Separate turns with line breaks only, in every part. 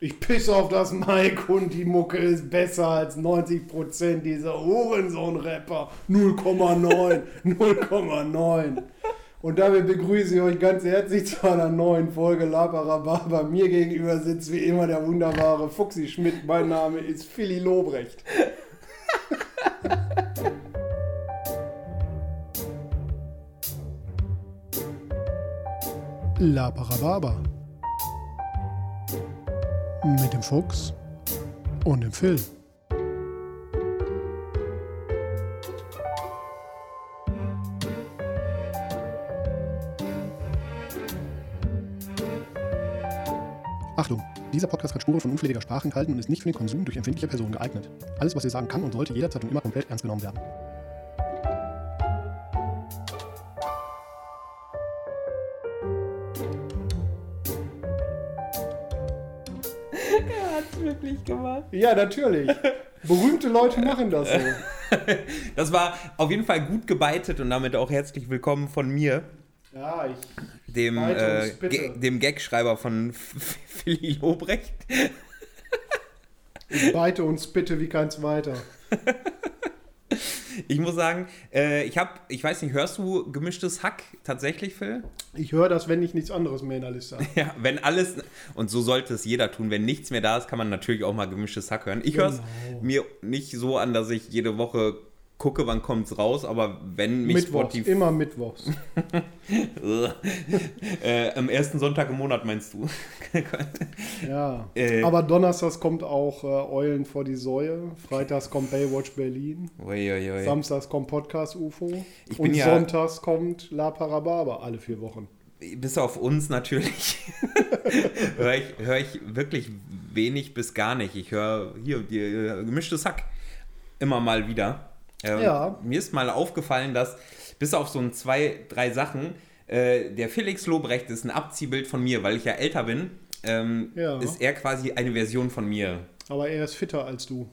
ich pisse auf das Mike und die Mucke ist besser als 90% dieser Hurensohn-Rapper. 0,9, 0,9. Und damit begrüße ich euch ganz herzlich zu einer neuen Folge Labarababa. Mir gegenüber sitzt wie immer der wunderbare Fuxi Schmidt. Mein Name ist Philly Lobrecht.
Labarababa. Mit dem Fuchs und dem Phil. Achtung, dieser Podcast kann Spuren von unflätiger Sprache enthalten und ist nicht für den Konsum durch empfindliche Personen geeignet. Alles, was ihr sagen kann und sollte, jederzeit und immer komplett ernst genommen werden.
Er hat's wirklich gemacht.
Ja, natürlich. Berühmte Leute machen das so.
Das war auf jeden Fall gut gebeitet und damit auch herzlich willkommen von mir,
Ja, ich.
dem, äh,
Beitungs, bitte.
Ge- dem Gagschreiber von F- F- Philly Lobrecht.
Ich beite uns bitte wie keins weiter.
Ich muss sagen, äh, ich habe, ich weiß nicht, hörst du gemischtes Hack tatsächlich, Phil?
Ich höre das, wenn ich nichts anderes mehr in der Liste habe.
Ja, wenn alles, und so sollte es jeder tun, wenn nichts mehr da ist, kann man natürlich auch mal gemischtes Hack hören. Ich höre es
Genau.
mir nicht so an, dass ich jede Woche gucke, wann kommt's raus, aber wenn mich
Mittwochs,
Spotify...
immer Mittwochs.
äh, am ersten Sonntag im Monat meinst du?
Ja.
Äh.
Aber donnerstags kommt auch äh, Eulen vor die Säue, freitags kommt Baywatch Berlin,
Uiuiui.
samstags kommt Podcast UFO
Äh. Ich bin
und
ja-
sonntags kommt La Parababa alle vier Wochen.
bis auf uns natürlich höre ich, hör ich wirklich wenig bis gar nicht. Ich höre hier die, äh, gemischtes Hack immer mal wieder. Ähm,
Ja.
Mir ist mal aufgefallen, dass bis auf so ein zwei, drei Sachen, äh, der Felix Lobrecht ist ein Abziehbild von mir, weil ich ja älter bin, ähm,
Ja.
ist er quasi eine Version von mir.
Aber er ist fitter als du.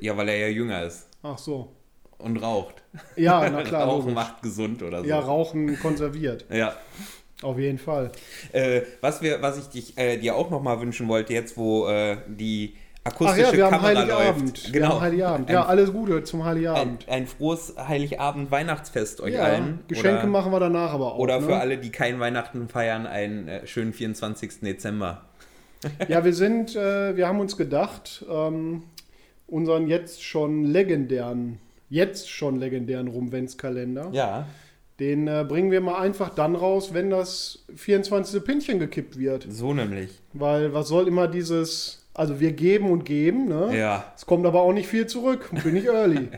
Ja, weil er ja jünger ist
Ach so.
und raucht.
Ja, Ah, na klar.
Rauchen
Rauchen
macht gesund oder so.
ja, Rauchen konserviert.
ja.
Auf jeden Fall.
Äh, was, wir, was ich dich, äh, dir auch nochmal wünschen wollte, jetzt wo äh, die
Ach
akustische
ja, wir haben
Kamera
Heiligabend.
läuft. Genau.
Wir haben Heiligabend. Ja, alles Gute zum
ein,
Heiligabend.
ein frohes Heiligabend-Weihnachtsfest euch
Ja,
allen.
Geschenke
oder,
machen wir danach aber auch.
Oder
ne?
für alle, die kein Weihnachten feiern, einen äh, schönen 24. Dezember.
Ja, wir sind, äh, wir haben uns gedacht, ähm, unseren jetzt schon legendären, jetzt schon legendären Rumwenzkalender,
Ja.
den äh, bringen wir mal einfach dann raus, wenn das 24. Pünktchen gekippt wird.
So nämlich.
Weil was soll immer dieses, also wir geben und geben, ne?
Ja.
Es kommt aber auch nicht viel zurück, bin ich early.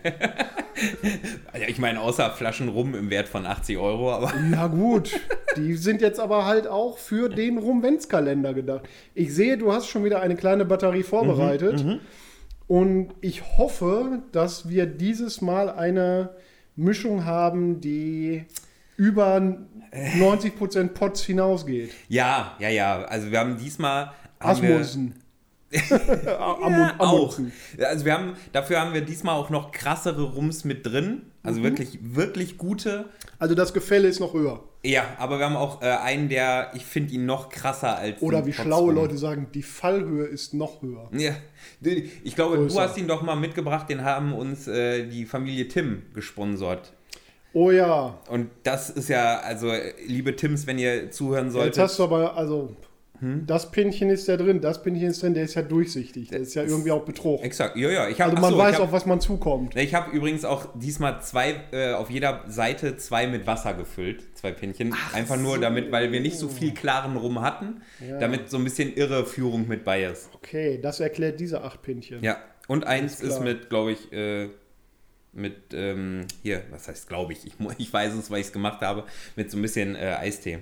ja ich meine, außer Flaschen rum im Wert von 80 Euro, aber
Na gut, die sind jetzt aber halt auch für den Rumwenzkalender gedacht. Ich sehe, du hast schon wieder eine kleine Batterie vorbereitet.
Mhm,
und ich hoffe, dass wir dieses Mal eine Mischung haben, die über 90% Pots hinausgeht.
ja, ja, ja. Also wir haben diesmal. haben wir-
Asmussen.
Ja,
ja,
auch. Also wir haben, dafür haben wir diesmal auch noch krassere Rums mit drin. Also
Mhm.
wirklich, wirklich gute.
Also das Gefälle ist noch höher.
Ja, aber wir haben auch äh, einen, der, ich finde ihn noch krasser als.
Oder
die
wie
Pots
schlaue
Rum.
Leute sagen, die Fallhöhe ist noch höher.
Ja, Die- ich glaube, du
Größer.
hast ihn doch mal mitgebracht, den haben uns äh, die Familie Tim gesponsert.
Oh ja,
Und das ist ja, also, äh, liebe Tims, wenn ihr zuhören
Jetzt
solltet.
hast du aber, also,
Hm?
das Pinchen ist ja drin, das Pinchen ist drin, der ist ja durchsichtig. Der ist ja irgendwie auch Betrug.
Exakt, ja, ja. Ich hab,
Also man
achso,
weiß,
ich hab,
auf was man zukommt.
Ich habe übrigens auch diesmal zwei, äh, auf jeder Seite zwei mit Wasser gefüllt, zwei Pinnchen. Einfach nur damit, weil wir nicht so viel klaren Rum hatten, damit so ein bisschen Irreführung mit bei ist.
Okay, das erklärt diese acht Pinchen.
Ja, und eins
klar.
ist mit, glaube ich, äh, mit, ähm, hier, was heißt, glaube ich, ich, mu- ich weiß es, weil ich es gemacht habe, mit so ein bisschen äh, Eistee.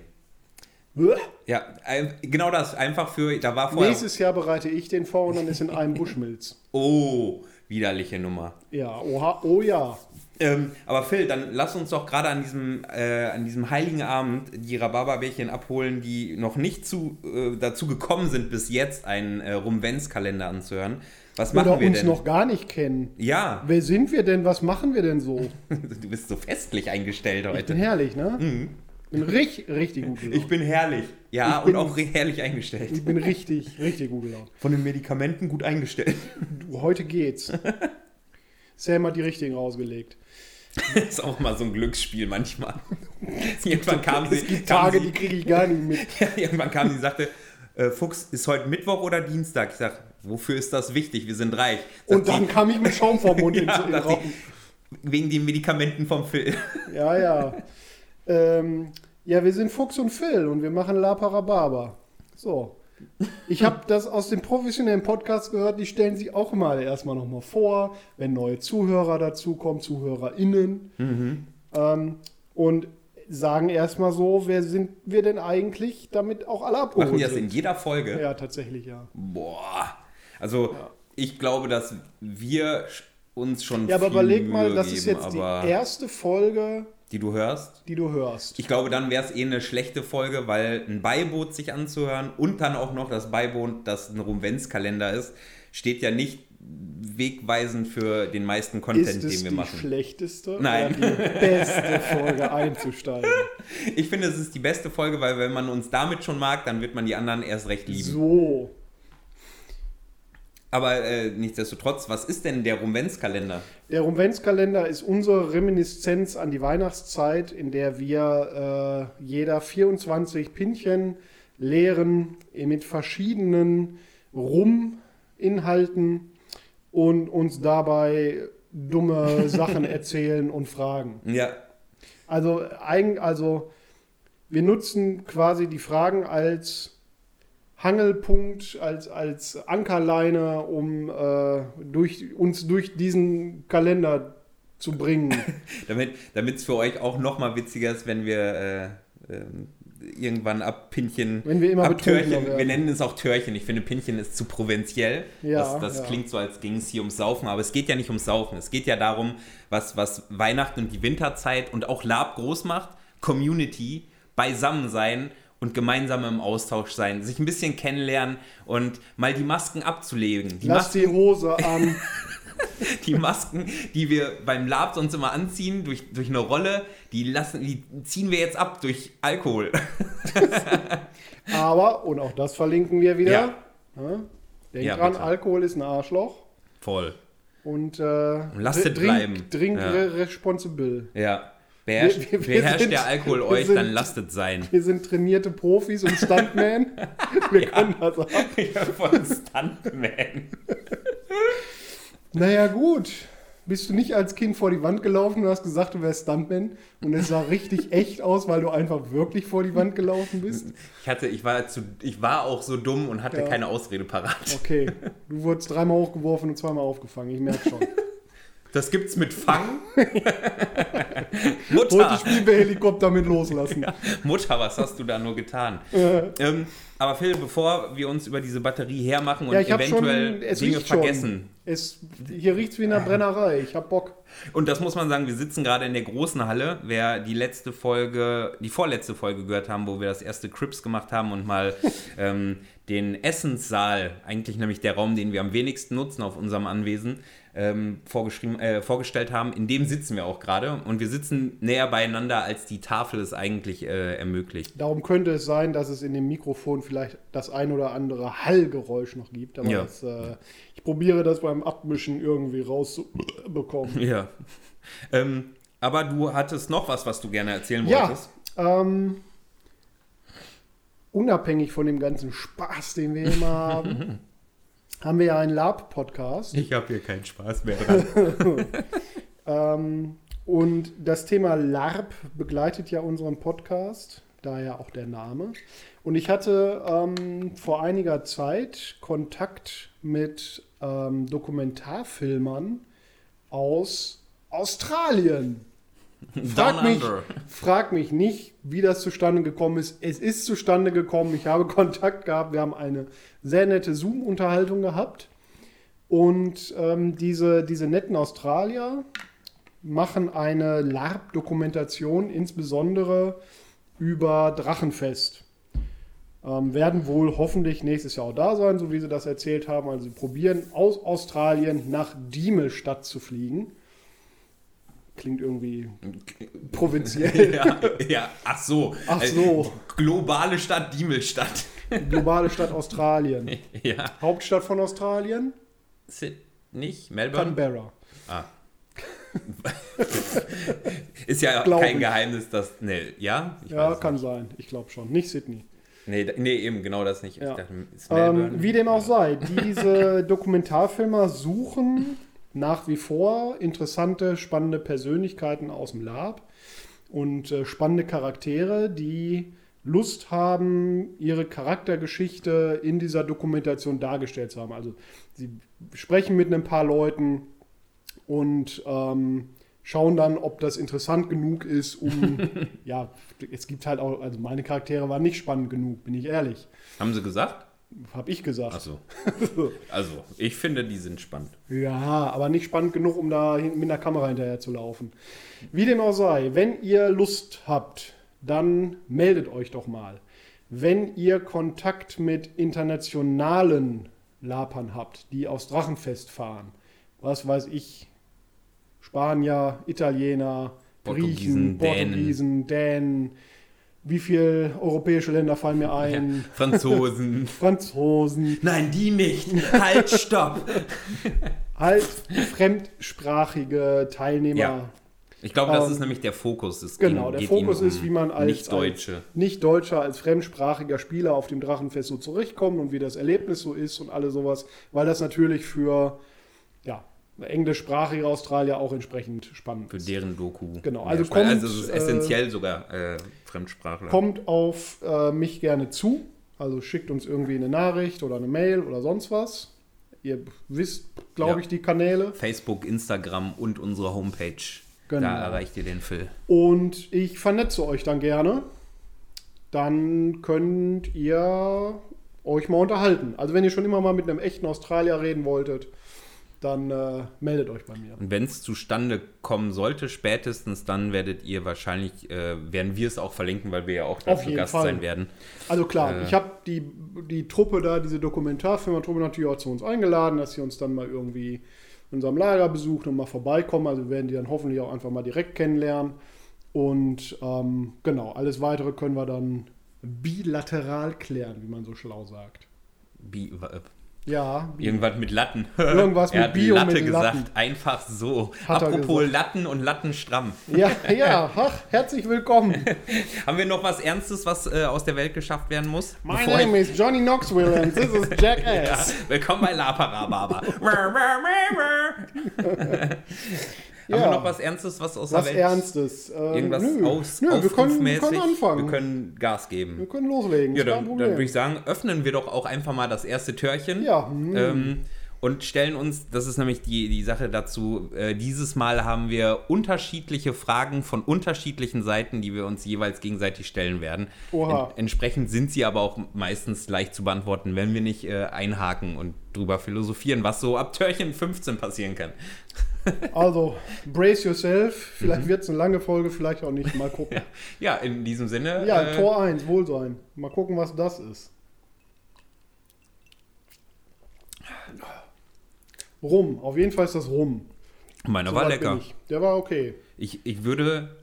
Uah.
Ja, ein- genau das, einfach für, da war vorher,
Nächstes Jahr bereite ich den vor und dann ist in einem Buschmilz.
oh, widerliche Nummer.
Ja, oha, oh ja.
Ähm, aber Phil, dann lass uns doch gerade an diesem, äh, an diesem heiligen Abend die Rhabarberbärchen abholen, die noch nicht zu, äh, dazu gekommen sind, bis jetzt einen äh, Rumwenzkalender anzuhören. Was machen
Oder
wir
uns
denn?
noch gar nicht kennen.
ja,
Wer sind wir denn? Was machen wir denn so?
du bist so festlich eingestellt
Ich bin
heute.
herrlich, ne? Bin richtig, richtig gut gelaunt.
Mhm. Ich bin herrlich. Ja,
Ich bin-
und auch re- herrlich eingestellt.
Ich bin richtig, richtig gut gelaunt.
Von den Medikamenten gut eingestellt.
Du, Heute geht's. Sam hat die richtigen rausgelegt.
ist auch mal so ein Glücksspiel manchmal. Irgendwann kam sie,
Es gibt
kam
Tage,
sie
die kriege ich gar nicht mit.
Ja, irgendwann kam sie und sagte, äh, Fuchs, ist heute Mittwoch oder Dienstag? Ich sag, wofür ist das wichtig? Wir sind reich. Sagt
Und dann kam ich mit Schaum vorm Mund
Ja,
in, in
dachte
Rauchen.
wegen den Medikamenten vom Phil.
Ja, ja. ähm, ja, wir sind Fuchs und Phil und wir machen La Parababa. So. Ich habe das aus dem professionellen Podcast gehört, die stellen sich auch immer erstmal nochmal vor, wenn neue Zuhörer dazukommen, ZuhörerInnen.
Mhm.
Ähm, und sagen erstmal so, wer sind wir denn eigentlich, damit auch alle abgeholt
Machen die das in
sind.
jeder Folge?
Ja, tatsächlich, ja.
Boah. Also, ich glaube, dass wir sch- uns schon
Ja, aber
viel
überleg mal,
Mühe
das ist
geben,
jetzt
aber
die erste Folge,
die du hörst.
die du hörst.
Ich glaube, dann wäre es eh eine schlechte Folge, weil ein Beiboot sich anzuhören und dann auch noch das Beiboot, das ein Rumvenzkalender ist, steht ja nicht wegweisend für den meisten Content,
ist es
den wir
die
machen.
schlechteste
Nein.
oder die beste Folge einzusteigen?
Ich finde, es ist die beste Folge, weil wenn man uns damit schon mag, dann wird man die anderen erst recht lieben.
So.
Aber äh, nichtsdestotrotz, was ist denn der Rumvenzkalender?
Der Rumvenzkalender ist unsere Reminiszenz an die Weihnachtszeit, in der wir äh, jeder 24 Pinchen leeren mit verschiedenen Rum-Inhalten und uns dabei dumme Sachen erzählen und fragen.
Ja,
Also, eigen, also wir nutzen quasi die Fragen als Hangelpunkt, als, als Ankerleine, um äh, durch, uns durch diesen Kalender zu bringen.
damit es für euch auch nochmal witziger ist, wenn wir äh, ähm, irgendwann ab Pinchen.
Wenn wir immer
ab
betrunkener
Törchen,
werden.
wir nennen es auch Törchen. Ich finde, Pinchen ist zu provinziell.
Ja,
das das
ja.
klingt so, als ging es hier ums Saufen, aber es geht ja nicht ums Saufen. Es geht ja darum, was, was Weihnachten und die Winterzeit und auch Lab groß macht: Community, beisammen sein und gemeinsam im Austausch sein, sich ein bisschen kennenlernen und mal die Masken abzulegen. Die
Lass die Hose an.
die Masken, die wir beim Lab sonst immer anziehen, durch, durch eine Rolle, die, lassen, die ziehen wir jetzt ab durch Alkohol.
Aber, und auch das verlinken wir wieder.
Ja.
ne? Denk
Ja,
dran,
bitte.
Alkohol ist ein Arschloch.
Voll.
Und, äh,
lasst es
drink,
bleiben.
Drink
Ja.
re- responsible.
Ja. Beherrscht,
Wir- wir- wir
beherrscht
sind-
der Alkohol
wir
euch,
sind-
dann lasst es sein.
Wir sind trainierte Profis und Stuntmen. Wir können das auch.
Ja, von Stuntman.
Naja, gut. Bist du nicht als Kind vor die Wand gelaufen und hast gesagt, du wärst Stuntman und es sah richtig echt aus, weil du einfach wirklich vor die Wand gelaufen bist?
Ich, hatte, ich, war zu, ich war auch so dumm und hatte
Ja.
keine Ausrede parat.
Okay, du wurdest dreimal hochgeworfen und zweimal aufgefangen, ich merke schon.
Das gibt's mit Fang.
Wollte
Mutter,
Spielbehelikopter mit loslassen.
Mutter, was hast du da nur getan? ähm, aber Phil, bevor wir uns über diese Batterie hermachen und
Ja, ich habe schon,
eventuell
es
Dinge
riecht schon.
vergessen,
Es, hier riecht's wie in einer Brennerei, ich hab Bock.
Und das muss man sagen, wir sitzen gerade in der großen Halle. Wer die letzte Folge, die vorletzte Folge gehört haben, wo wir das erste Crips gemacht haben und mal ähm, den Essenssaal, eigentlich nämlich der Raum, den wir am wenigsten nutzen auf unserem Anwesen, ähm, vorgeschrieben, äh, vorgestellt haben, in dem sitzen wir auch gerade. Und wir sitzen näher beieinander, als die Tafel es eigentlich äh, ermöglicht.
Darum könnte es sein, dass es in dem Mikrofon vielleicht das ein oder andere Hallgeräusch noch gibt, aber
Ja.
das, äh, ich probiere das beim Abmischen irgendwie rauszubekommen.
Ja. Ähm, aber du hattest noch was, was du gerne erzählen
Ja,
wolltest.
ähm, unabhängig von dem ganzen Spaß, den wir immer haben, haben wir ja einen Lab-Podcast.
Ich habe hier keinen Spaß mehr dran.
Ähm, und das Thema LARP begleitet ja unseren Podcast, daher auch der Name. Und ich hatte ähm, vor einiger Zeit Kontakt mit ähm, Dokumentarfilmern aus Australien. Frag
Down
mich,
under.
frag mich nicht, wie das zustande gekommen ist. Es ist zustande gekommen. Ich habe Kontakt gehabt. Wir haben eine sehr nette Zoom-Unterhaltung gehabt. Und ähm, diese, diese netten Australier machen eine LARP-Dokumentation, insbesondere über Drachenfest. Ähm, werden wohl hoffentlich nächstes Jahr auch da sein, so wie sie das erzählt haben. Also sie probieren aus Australien nach Diemel Stadt zu fliegen. klingt irgendwie provinziell.
Ja, ja, ach so.
Ach
Äh,
so.
globale Stadt, Diemelstadt.
Globale Stadt Australien.
ja.
Hauptstadt von Australien?
Sid, nicht? Melbourne?
Canberra.
Ah. Ist ja
Glaub
kein
ich.
Geheimnis, dass. Nee, ja? Ich
Ja,
weiß es
kann sein. Ich glaube schon. Nicht Sydney.
nicht. nee, da- nee, eben, genau das nicht.
Ja.
Ich dachte, ist Melbourne.
Ähm, wie dem auch sei, diese Dokumentarfilmer suchen nach wie vor interessante, spannende Persönlichkeiten aus dem Lab und äh, spannende Charaktere, die Lust haben, ihre Charaktergeschichte in dieser Dokumentation dargestellt zu haben. Also sie sprechen mit ein paar Leuten und ähm, schauen dann, ob das interessant genug ist, um ja, es gibt halt auch, also meine Charaktere waren nicht spannend genug, bin ich ehrlich.
Haben sie gesagt?
Hab ich gesagt.
Achso. Also, ich finde, die sind spannend.
Ja, aber nicht spannend genug, um da hin- mit einer Kamera hinterher zu laufen. Wie dem auch sei, wenn ihr Lust habt, dann meldet euch doch mal. Wenn ihr Kontakt mit internationalen Lapern habt, die aufs Drachenfest fahren, was weiß ich, Spanier, Italiener, Griechen,
Portugiesen, Dänen.
Portugiesen, Dänen, wie viele europäische Länder fallen mir ein?
Ja. Franzosen.
Franzosen,
Nein, die nicht. Halt, stopp.
halt fremdsprachige Teilnehmer.
Ja. Ich glaube, das
Ähm,
ist nämlich der Fokus. Es
Genau,
ging-
der
geht
Fokus
ihnen um
ist, wie man als
Nicht-Deutsche.
als Nicht-Deutscher, als fremdsprachiger Spieler auf dem Drachenfest so zurechtkommt und wie das Erlebnis so ist und alles sowas, weil das natürlich für ja, englischsprachige Australier auch entsprechend spannend
Für
ist.
deren Doku.
Genau,
Ja,
also
spannend.
kommt,
also es ist
äh,
essentiell sogar äh, Fremdsprachler.
Kommt auf äh, mich gerne zu, also schickt uns irgendwie eine Nachricht oder eine Mail oder sonst was. Ihr wisst, glaube
Ja.
ich, die Kanäle.
Facebook, Instagram und unsere Homepage.
Genau.
Da erreicht ihr den Phil.
Und ich vernetze euch dann gerne. Dann könnt ihr euch mal unterhalten. Also wenn ihr schon immer mal mit einem echten Australier reden wolltet, dann äh, meldet euch bei mir.
Und wenn es zustande kommen sollte, spätestens dann werdet ihr wahrscheinlich, äh, werden wir es auch verlinken, weil wir ja auch da
Auf
zu
jeden
Gast
Fall.
sein werden.
Also klar,
Äh.
ich habe die, die Truppe da, diese Dokumentarfilmer-Truppe natürlich auch zu uns eingeladen, dass sie uns dann mal irgendwie in unserem Lager besuchen und mal vorbeikommen. Also wir werden die dann hoffentlich auch einfach mal direkt kennenlernen. Und ähm, genau, alles Weitere können wir dann bilateral klären, wie man so schlau sagt.
Bi äh,
Ja, bi-
irgendwas mit Latten.
Irgendwas
er
mit
hat
Bi und
Latte
mit
gesagt,
Latten.
einfach so.
Hat er
Apropos Latten und Latten stramm.
Ja, ja, ach, herzlich willkommen.
Haben wir noch was Ernstes, was äh, aus der Welt geschafft werden muss?
My
Bevor ich-
name is Johnny Knoxville and this is Jackass.
Willkommen bei Laparababa. Haben
Ja,
wir noch was Ernstes, was aus
was
der Welt?
Ernstes? Äh,
Irgendwas
nö,
aus,
nö, wir, können, wir
aufrufmäßig?
können anfangen.
Wir können Gas
Wir
geben.
können loslegen.
Ja,
ist kein
dann, dann
Problem.
würde ich sagen, öffnen wir doch auch einfach mal das erste Türchen.
Ja, hm.
Ähm, und stellen uns, das ist nämlich die, die Sache dazu, äh, dieses Mal haben wir unterschiedliche Fragen von unterschiedlichen Seiten, die wir uns jeweils gegenseitig stellen werden.
Oha.
En entsprechend sind sie aber auch meistens leicht zu beantworten, wenn wir nicht äh, einhaken und drüber philosophieren, was so ab Türchen 15 passieren kann.
also, brace yourself.
Mhm.
Vielleicht wird es eine lange Folge, vielleicht auch nicht. Mal gucken.
Ja, ja in diesem Sinne.
ja,
äh,
Tor 1, Wohlsein. Mal gucken, was das ist. Rum. Auf jeden Fall ist das Rum.
meiner
So
war
weit bin
lecker.
ich. Der war okay.
Ich, ich würde,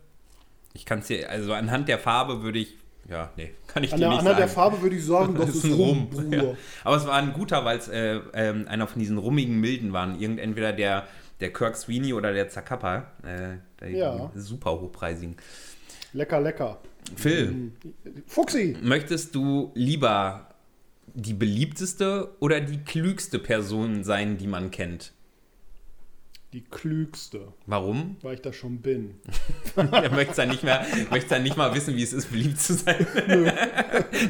ich kann es dir, also anhand der Farbe würde ich, ja, nee, kann ich
An
dir
der,
nicht
anhand der
sagen.
Farbe würde ich sagen, das ist, Rum, Bruder.
Ja. Aber es war ein guter, weil es äh, ähm, einer von diesen rummigen Milden waren. Irgend entweder der, der Kirk Sweeney oder der Zacapa. Äh, der
Ja.
super hochpreisigen.
Lecker, lecker.
Phil,
Mhm. Fuchsi!
möchtest du lieber die beliebteste oder die klügste Person sein, die man kennt?
Die klügste,
Warum?
weil ich das schon bin.
Er möchte dann nicht mehr, möchte dann nicht mal wissen, wie es ist, beliebt zu sein.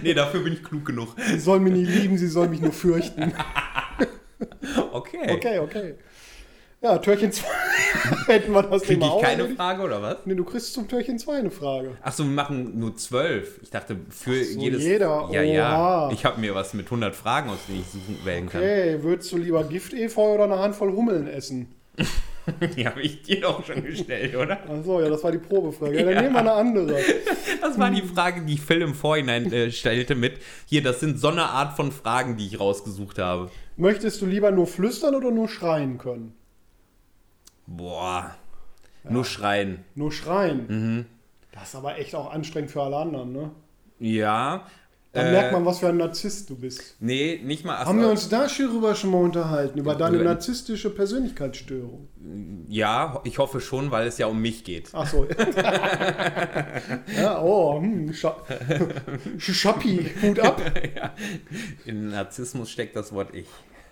nee, dafür bin ich klug genug.
Sie soll mich nie lieben, sie soll mich nur fürchten.
Okay.
Okay, okay. Ja, Türchen 2. Hätten wir das
Kriege
Thema
ich
auch.
keine
erledigt?
Frage oder was?
Nee, du kriegst zum Türchen 2 eine Frage.
Achso, wir machen nur zwölf. Ich dachte, für
so,
jedes.
jeder.
Ja, ja.
Oha.
Ich habe mir was mit 100 Fragen, aus denen ich suchen, wählen
Okay, würdest du lieber Giftefeu oder eine Handvoll Hummeln essen?
kann. Die habe ich dir doch schon gestellt, oder?
Achso, ja, das war die Probefrage. Ja, dann nehmen wir eine andere.
Das war die Frage, die Phil im Vorhinein äh, stellte mit: Hier, das sind so eine Art von Fragen, die ich rausgesucht habe.
Möchtest du lieber nur flüstern oder nur schreien können?
Boah. Nur schreien.
Nur schreien.
Mhm.
Das ist aber echt auch anstrengend für alle anderen, ne?
Ja.
Dann
Äh.
merkt man, was für ein Narzisst du bist.
Nee, nicht mal.
Haben wir uns da schon drüber schon mal unterhalten, über deine
über-
narzisstische Persönlichkeitsstörung?
ja, ho- ich hoffe schon, weil es ja um mich geht.
Ach so. ja, oh, hm, Scha Sch- Schappi, Hut ab.
In Narzissmus steckt das Wort ich.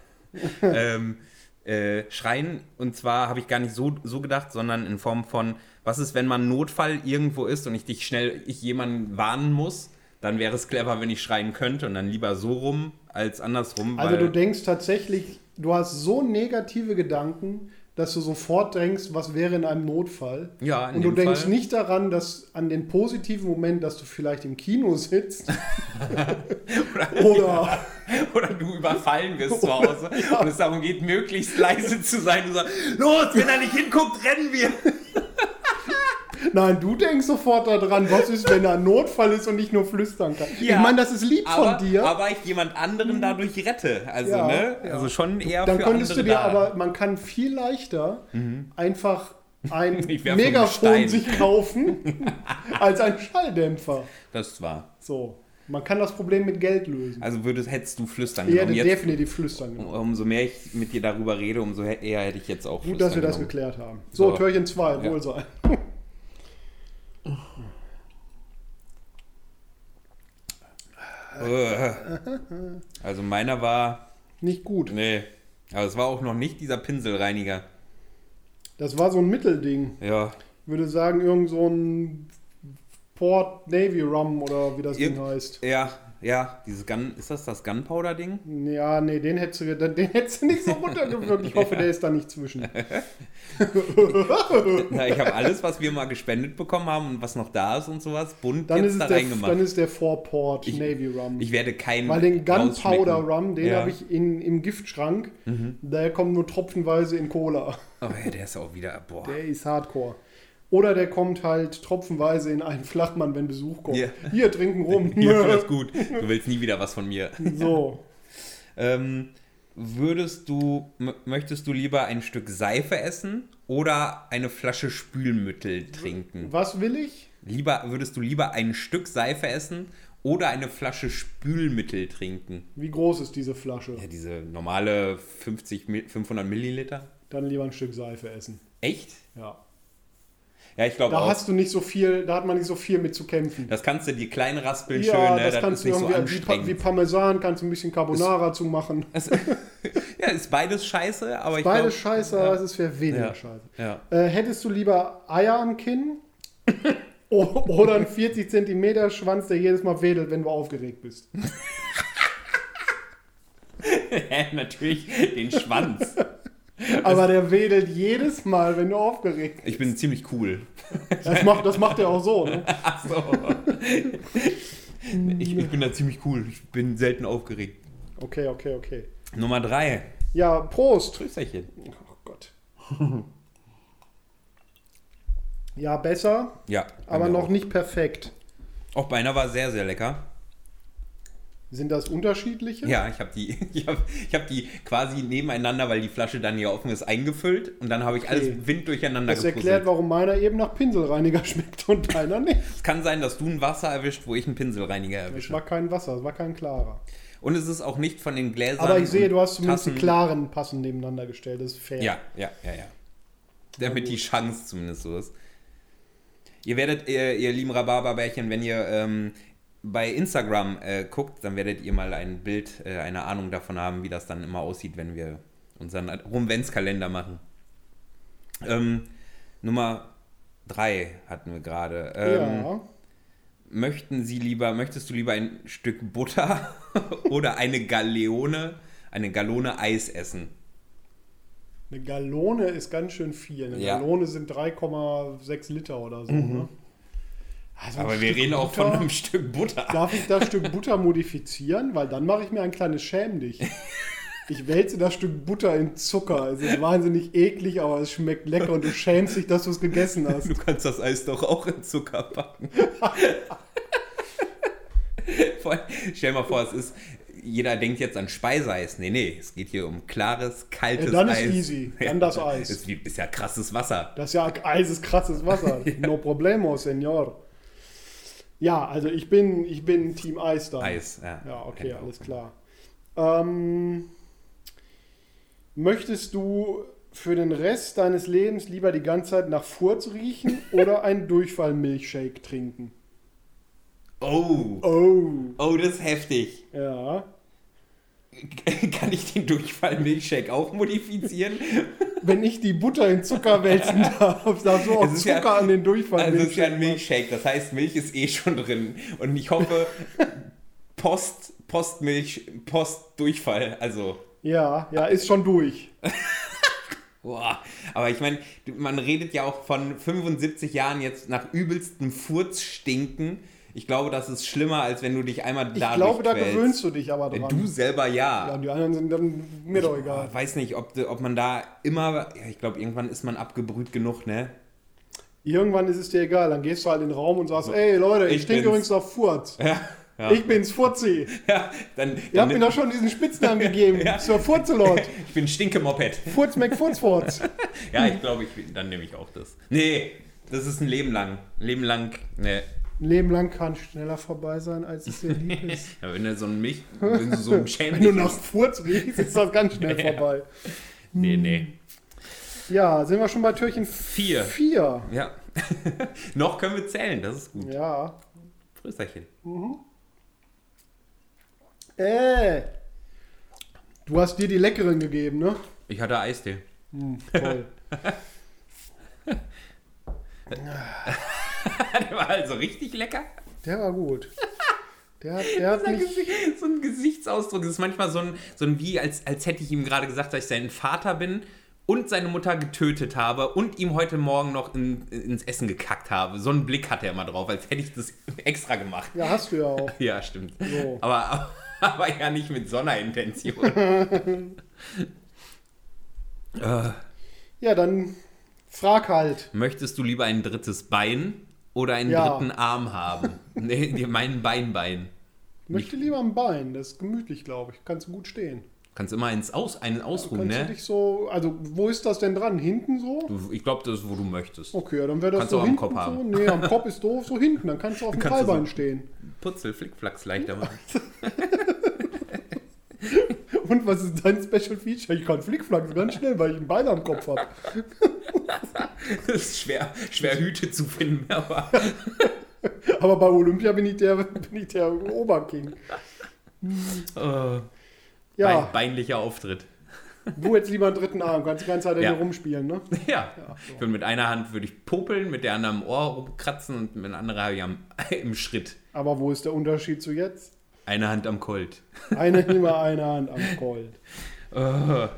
ähm, äh, schreien, und zwar habe ich gar nicht so, so gedacht, sondern in Form von, was ist, wenn man Notfall irgendwo ist und ich dich schnell, ich jemanden warnen muss, dann wäre es clever, wenn ich schreien könnte und dann lieber so rum als andersrum.
Also
weil,
du denkst tatsächlich, du hast so negative Gedanken, dass du sofort denkst, was wäre in einem Notfall.
ja, in
und du
dem
denkst
Fall.
nicht daran, dass an den positiven Moment, dass du vielleicht im Kino sitzt oder
Oder du überfallen wirst
Oh
zu Hause und es darum geht, möglichst leise zu sein und sagst, los, wenn er nicht hinguckt, rennen wir.
nein, du denkst sofort daran, was ist, wenn da ein Notfall ist und ich nur flüstern kann.
Ja,
ich meine, das ist lieb
Aber,
von dir. Mhm.
aber ich jemand anderen dadurch rette. Also,
Ja,
ne?
ja.
Also schon eher
dann
für
könntest du
andere
dir
da. Mhm.
aber, man kann viel leichter einfach ein
Ich werf so einen
Megafon
Stein.
sich kaufen als ein Schalldämpfer.
Das war.
So, man kann das Problem mit Geld lösen.
Also würdest, hättest du flüstern
Ich hätte
genommen. Jetzt, Oh,
definitiv flüstern genommen.
umso mehr ich mit dir darüber rede, umso he- eher hätte ich jetzt auch
Gut, dass wir das
genommen.
geklärt haben. So,
So.
Türchen 2,
Ja.
wohl sein.
Äh. Also meiner war.
Nicht gut.
Nee. Aber es war auch noch nicht dieser Pinselreiniger.
Das war so ein Mittelding.
Ja.
Ich würde sagen, irgend so ein Port Navy Rum oder wie das
Irgend-
Ding heißt.
Ja, ja. Dieses Gun. Ist das das Gunpowder-Ding?
Ja, nee, den hättest du, den hättest du nicht so runtergewürgt. Ich hoffe, der ist da nicht zwischen.
Na, ich habe alles, was wir mal gespendet bekommen haben und was noch da ist und sowas, bunt
Dann
jetzt
ist,
da
es der,
reingemacht.
dann ist der Vorport
Ich-
Navy Rum.
ich werde keinen.
Weil den Gunpowder
rausschmecken.
Rum, den
Ja. Mhm.
habe ich in, im Giftschrank. Daher kommen nur tropfenweise in Cola.
Oh, ja, der ist auch wieder. Boah.
Der ist hardcore. Oder der kommt halt tropfenweise in einen Flachmann, wenn Besuch kommt.
Ja.
Hier, trinken rum.
Hier ist alles gut. Du willst nie wieder was von mir.
so.
Ähm, würdest du, m- möchtest du lieber ein Stück Seife essen oder eine Flasche Spülmittel trinken?
Was will ich?
Lieber, würdest du lieber ein Stück Seife essen oder eine Flasche Spülmittel trinken?
Wie groß ist diese Flasche?
Ja, diese normale 50, Mi- 500 Milliliter.
Dann lieber ein Stück Seife essen.
Echt?
Ja.
Ja, ich glaube
Da
auch.
hast du nicht so viel, da hat man nicht so viel mit zu kämpfen.
Das kannst du dir klein raspeln
ja,
schön, ne?
das,
das,
kannst
ist
du
nicht so
irgendwie wie, Pa- wie
anstrengend.
Parmesan, kannst du ein bisschen Carbonara zu machen.
Es- ja, ist beides scheiße, aber ich
Beides
glaub-
scheiße, aber es wäre weniger
Ja.
scheiße.
Ja.
Äh, hättest du lieber Eier am Kinn o- oder einen 40 Zentimeter Schwanz, der jedes Mal wedelt, wenn du aufgeregt bist?
Hä, Natürlich den Schwanz.
Aber der wedelt jedes Mal, wenn du aufgeregt bist.
Ich bin ziemlich cool.
Das macht, das macht er auch so. Ne?
Ach so. ich, ich bin da ziemlich cool. Ich bin selten aufgeregt.
Okay, okay, okay.
Nummer drei.
Ja, Prost.
Prösterchen.
Oh Gott. Ja, besser,
Ja.
aber
haben wir
noch
auch.
nicht perfekt.
Auch beinahe war sehr, sehr lecker.
Sind das unterschiedliche?
Ja, ich habe die, ich hab, ich hab die quasi nebeneinander, weil die Flasche dann hier offen ist, eingefüllt und dann habe ich alles wind durcheinander
Das
gepuzzelt.
erklärt, warum meiner eben nach Pinselreiniger schmeckt und deiner nicht.
Es kann sein, dass du ein Wasser erwischt, wo ich einen Pinselreiniger
Es
erwische.
war kein Wasser, es war kein klarer.
Und es ist auch nicht von den Gläsern.
Aber ich sehe,
und
du hast zumindest die
Tassen-
klaren passend nebeneinander gestellt. Das ist fair.
Ja, ja, ja, ja. Damit die Chance zumindest so ist. Ihr werdet, ihr, ihr lieben Rhabarberbärchen, wenn ihr ähm, bei Instagram äh, guckt, dann werdet ihr mal ein Bild, äh, eine Ahnung davon haben, wie das dann immer aussieht, wenn wir unseren Rumwens-Kalender machen. Ähm, Nummer 3 hatten wir gerade. Ähm,
ja.
Möchten Sie lieber, möchtest du lieber ein Stück Butter oder eine Galeone, eine Gallone Eis essen?
Eine Gallone ist ganz schön viel. Eine
Ja. Mhm.
Gallone sind 3,6 Liter oder so. Ne? Also ein
Aber wir
Stück
reden auch
Butter-
von einem Stück Butter.
Darf ich das Stück Butter modifizieren? Weil dann mache ich mir ein kleines Schäm dich. Ich wälze das Stück Butter in Zucker. Es ist wahnsinnig eklig, aber es schmeckt lecker und du schämst dich, dass du es gegessen hast.
Du kannst das Eis doch auch in Zucker packen. Vor allem, stell mal vor, es ist jeder denkt jetzt an Speiseeis. Nee, nee, es geht hier um klares, kaltes
Ja, dann ist
Eis.
easy. Dann das Eis.
Es gibt- ist ja krasses Wasser.
Das ist ja Eis ist krasses Wasser. No problemo, senor. Ja, also ich bin, ich bin Team Eis da.
Eis, ja. Genau.
Ja, okay,
Ja,
alles
okay.
klar. Ähm, möchtest du für den Rest deines Lebens lieber die ganze Zeit nach Furz riechen oder einen Durchfallmilchshake trinken?
Oh,
Oh,
oh, das ist heftig.
ja.
Kann ich den Durchfall-Milchshake auch modifizieren?
Wenn ich die Butter in Zucker wälzen darf, darfst du auch
Es ist
Oh, Zucker
ja-
an den Durchfall
Also es ist ja ein
machen.
Milchshake, das heißt Milch ist eh schon drin. Und ich hoffe, Post, Postmilch, Postdurchfall, also.
Ja, ja, ist schon durch.
Boah. Aber ich meine, du- man redet ja auch von 75 Jahren jetzt nach übelstem Furzstinken. Ich glaube, das ist schlimmer, als wenn du dich einmal
Ich
dadurch
glaube, da
quälst.
gewöhnst du dich aber
Ja,
dran.
Äh, Du selber ja.
Ja, und die anderen sind dann mir doch egal.
Ich weiß nicht, ob, du- ob man da immer. Ja, ich glaube, irgendwann ist man abgebrüht genug, ne?
Irgendwann ist es dir egal. Dann gehst du halt in den Raum und sagst, ey Leute, ich,
Ich
trinke übrigens
bin's."
noch Furz.
Ja. Ja,
Ich bin's, Furzi.
ja
Ihr
dann, dann
habt mir doch schon diesen Spitznamen gegeben.
Ja.
Zur Furzelot.
ich bin Stinke-Moped.
Furz McFurzfurz.
Ja, ich glaube, ich, dann nehme ich auch das. Nee, das ist ein Leben lang. Ein Leben lang, ne.
Ein Leben lang kann schneller vorbei sein, als es dir lieb ist.
Ja, wenn du so ein Milch, wenn du so ein Schämen
Wenn du nach Furz riechst, ist das ganz schnell vorbei.
Nee, nee.
Ja, sind wir schon bei Türchen
Vier.
4.
Ja. Noch können wir zählen, das ist gut.
Ja.
Prösterchen.
Äh. Du hast dir die leckeren gegeben, ne?
Ich hatte Eistee.
Hm, toll.
Der war also richtig lecker.
Der war gut. Der hat, der hat
Sein
mich
Gesicht- So ein Gesichtsausdruck. Das ist manchmal so ein, so ein wie, als, als hätte ich ihm gerade gesagt, dass ich sein Vater bin und seine Mutter getötet habe und ihm heute Morgen noch in, ins Essen gekackt habe. So einen Blick hat er immer drauf, als hätte ich das extra gemacht.
Ja, hast du ja auch.
Ja, stimmt.
So.
Aber, aber ja nicht mit Sonnerintention. äh,
Ja, dann frag halt.
möchtest du lieber ein drittes Bein oder einen
Ja.
dritten Arm haben? nee, dir mein Beinbein.
Möchte lieber ein Bein, das ist gemütlich, glaube ich. Kannst du gut stehen.
Kannst immer eins aus, einen ausruhen,
Kannst du
ne?
dich so, also wo ist das denn dran? Hinten so?
Du- Ich glaube, das ist, wo du möchtest.
Okay, ja, dann wäre das
Kannst
so
du auch am
hinten
Kopf
so.
haben.
Nee, am Kopf ist doof, so hinten, dann kannst du auf dem
Kannst du so-
Fallbein stehen.
Putzel, Flickflacks leichter machen.
Und was ist dein Special Feature? Ich kann Flickflack ganz schnell, weil ich ein Bein am Kopf habe.
Das ist schwer, schwer Hüte zu finden, aber
Aber bei Olympia bin ich der, bin ich der Oberking.
äh,
Ja,
bein, beinlicher Auftritt.
du jetzt lieber einen dritten Arm, kannst die ganze Zeit
Ja.
hier rumspielen, ne?
Ja, ich würde mit einer Hand würde ich popeln, mit der anderen am Ohr rumkratzen und mit der anderen habe ich am, im Schritt.
Aber wo ist der Unterschied zu jetzt?
Eine Hand am Colt.
Eine immer eine Hand am Gold.
Äh, Ich,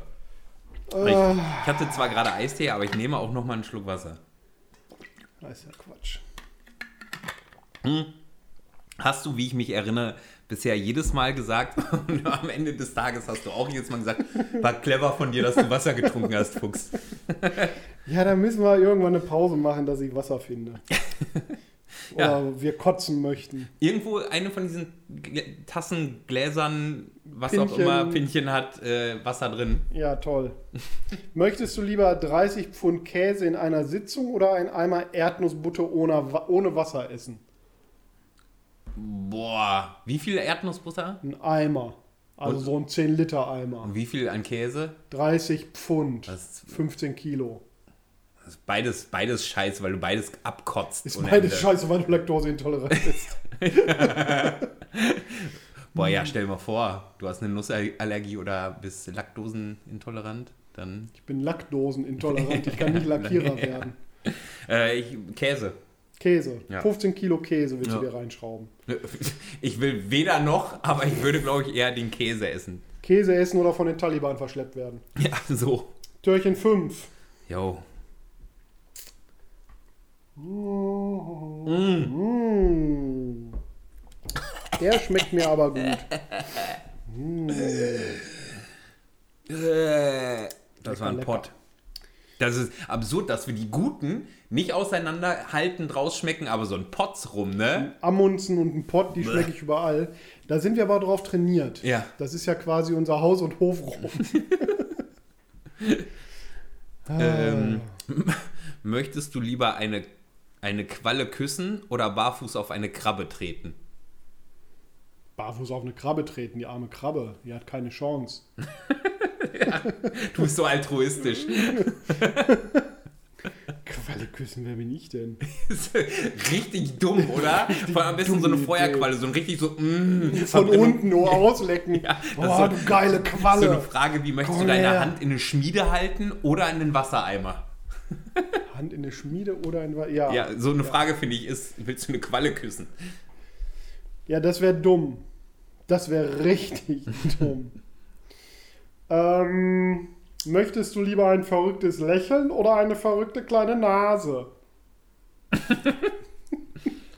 ich
Äh,
hatte zwar gerade Eistee, aber ich nehme auch noch mal einen Schluck Wasser.
das ist ja Quatsch.
Hast du, wie ich mich erinnere, bisher jedes Mal gesagt und am Ende des Tages hast du auch jedes Mal gesagt, war clever von dir, dass du Wasser getrunken hast, Fuchs.
Ja, dann müssen wir irgendwann eine Pause machen, dass ich Wasser finde.
Ja.
Oder wir kotzen möchten.
Irgendwo eine von diesen Gl- Tassen, Gläsern, was auch
Pinchen.
immer, Pinchen hat äh, Wasser drin.
Ja, toll. Möchtest du lieber 30 Pfund Käse in einer Sitzung oder einen Eimer Erdnussbutter ohne, Wa- ohne Wasser essen?
Boah, wie viel Erdnussbutter?
Ein Eimer. Also
Und-
so ein 10-Liter-Eimer.
Und wie viel an Käse?
30 Pfund.
Das ist-
15 Kilo.
Das ist beides, beides scheiße, weil du beides abkotzt.
Ist
ohne
meine
Ende.
Scheiße, weil du laktoseintolerant bist.
Boah,
Mhm.
ja, stell dir mal vor, du hast eine Nussallergie oder bist laktosenintolerant, dann.
Ich bin Lackdosenintolerant. Ich kann nicht Lackierer werden.
Äh, ich, Käse.
Käse.
Ja.
15 Kilo Käse willst
Ja.
du dir reinschrauben.
Ich will weder noch, aber ich würde, glaube ich, eher den Käse essen.
Käse essen oder von den Taliban verschleppt werden.
Ja, so.
Türchen 5.
Jo.
Mm. Der schmeckt mir aber gut.
Äh, Das war ein
lecker.
Pott. Das ist absurd, dass wir die Guten nicht auseinanderhalten, draus schmecken, aber so ein Potz rum, ne?
Amundsen und ein Pott, die schmecke ich überall. Da sind wir aber drauf trainiert.
Ja.
Das ist ja quasi unser Haus- und Hofrum.
Ähm, möchtest du lieber eine, eine Qualle küssen oder barfuß auf eine Krabbe treten?
Barfuß auf eine Krabbe treten, die arme Krabbe. Die hat keine Chance.
Du bist so altruistisch.
Qualle küssen, wer bin ich denn?
richtig dumm, oder? Vor allem am besten so eine
dumme
Feuerqualle, so ein richtig so, mm,
Von unten nur auslecken.
das
Boah,
ist so-
du geile Qualle.
so eine Frage, wie möchtest
Komm
du deine
her.
Hand in eine Schmiede halten oder in den Wassereimer?
Hand in eine Schmiede oder in. Ja, ja.
Ja, so eine Frage finde ich ist, willst du eine Qualle küssen?
ja das wäre dumm. Das wäre richtig dumm. Ähm, möchtest du lieber ein verrücktes Lächeln oder eine verrückte kleine Nase?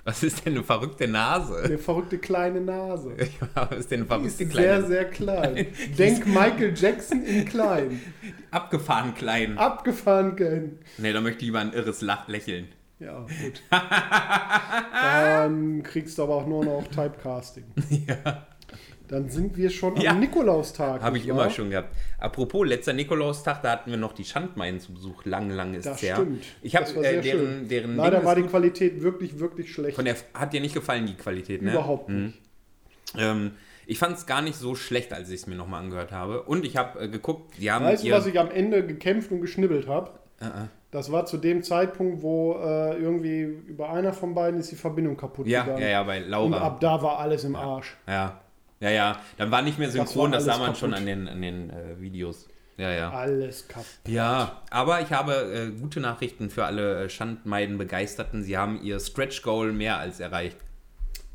Was ist denn eine verrückte Nase?
Eine verrückte kleine Nase.
Was ist denn eine
Die ist
verrückte
sehr,
kleine?
sehr klein. Denk Michael Jackson in klein.
Abgefahren klein.
Ah. Abgefahren, klein.
Ne, da möchte ich lieber ein irres Lach lächeln.
Ja, gut. Dann kriegst du aber auch nur noch Typecasting.
Ja.
Dann sind wir schon
Ja.
am Nikolaustag.
Habe ich
nicht
immer
wahr?
schon gehabt. Apropos, letzter Nikolaustag, da hatten wir noch die Schandmeien zu Besuch. Lang, lang ist
Das
her.
stimmt.
Ich habe
Das war
äh,
sehr
deren,
schön.
deren
Leider
Ding
war
ist
die
gut.
Qualität wirklich, wirklich schlecht.
Von der hat dir nicht gefallen, die Qualität, ne?
Überhaupt
Mhm.
nicht.
Ähm, ich fand es gar nicht so schlecht, als ich es mir nochmal angehört habe. Und ich habe äh, geguckt, die haben
Weißt du,
ihr.
was ich am Ende gekämpft und geschnibbelt habe?
Äh, äh.
Das war zu dem Zeitpunkt, wo äh, irgendwie über einer von beiden ist die Verbindung kaputt
ja,
gegangen.
ja, ja, bei
Und
Laura.
ab da war alles im Arsch.
Ja. Ja, ja. Dann war nicht mehr
war
synchron, das,
alles
sah man schon
kaputt. Ah.
an den, an den äh, Videos. Ja, ja.
Alles kaputt.
Ja, aber ich habe äh, gute Nachrichten für alle äh, Schandmeiden-Begeisterten. Sie haben ihr Stretch-Goal mehr als erreicht.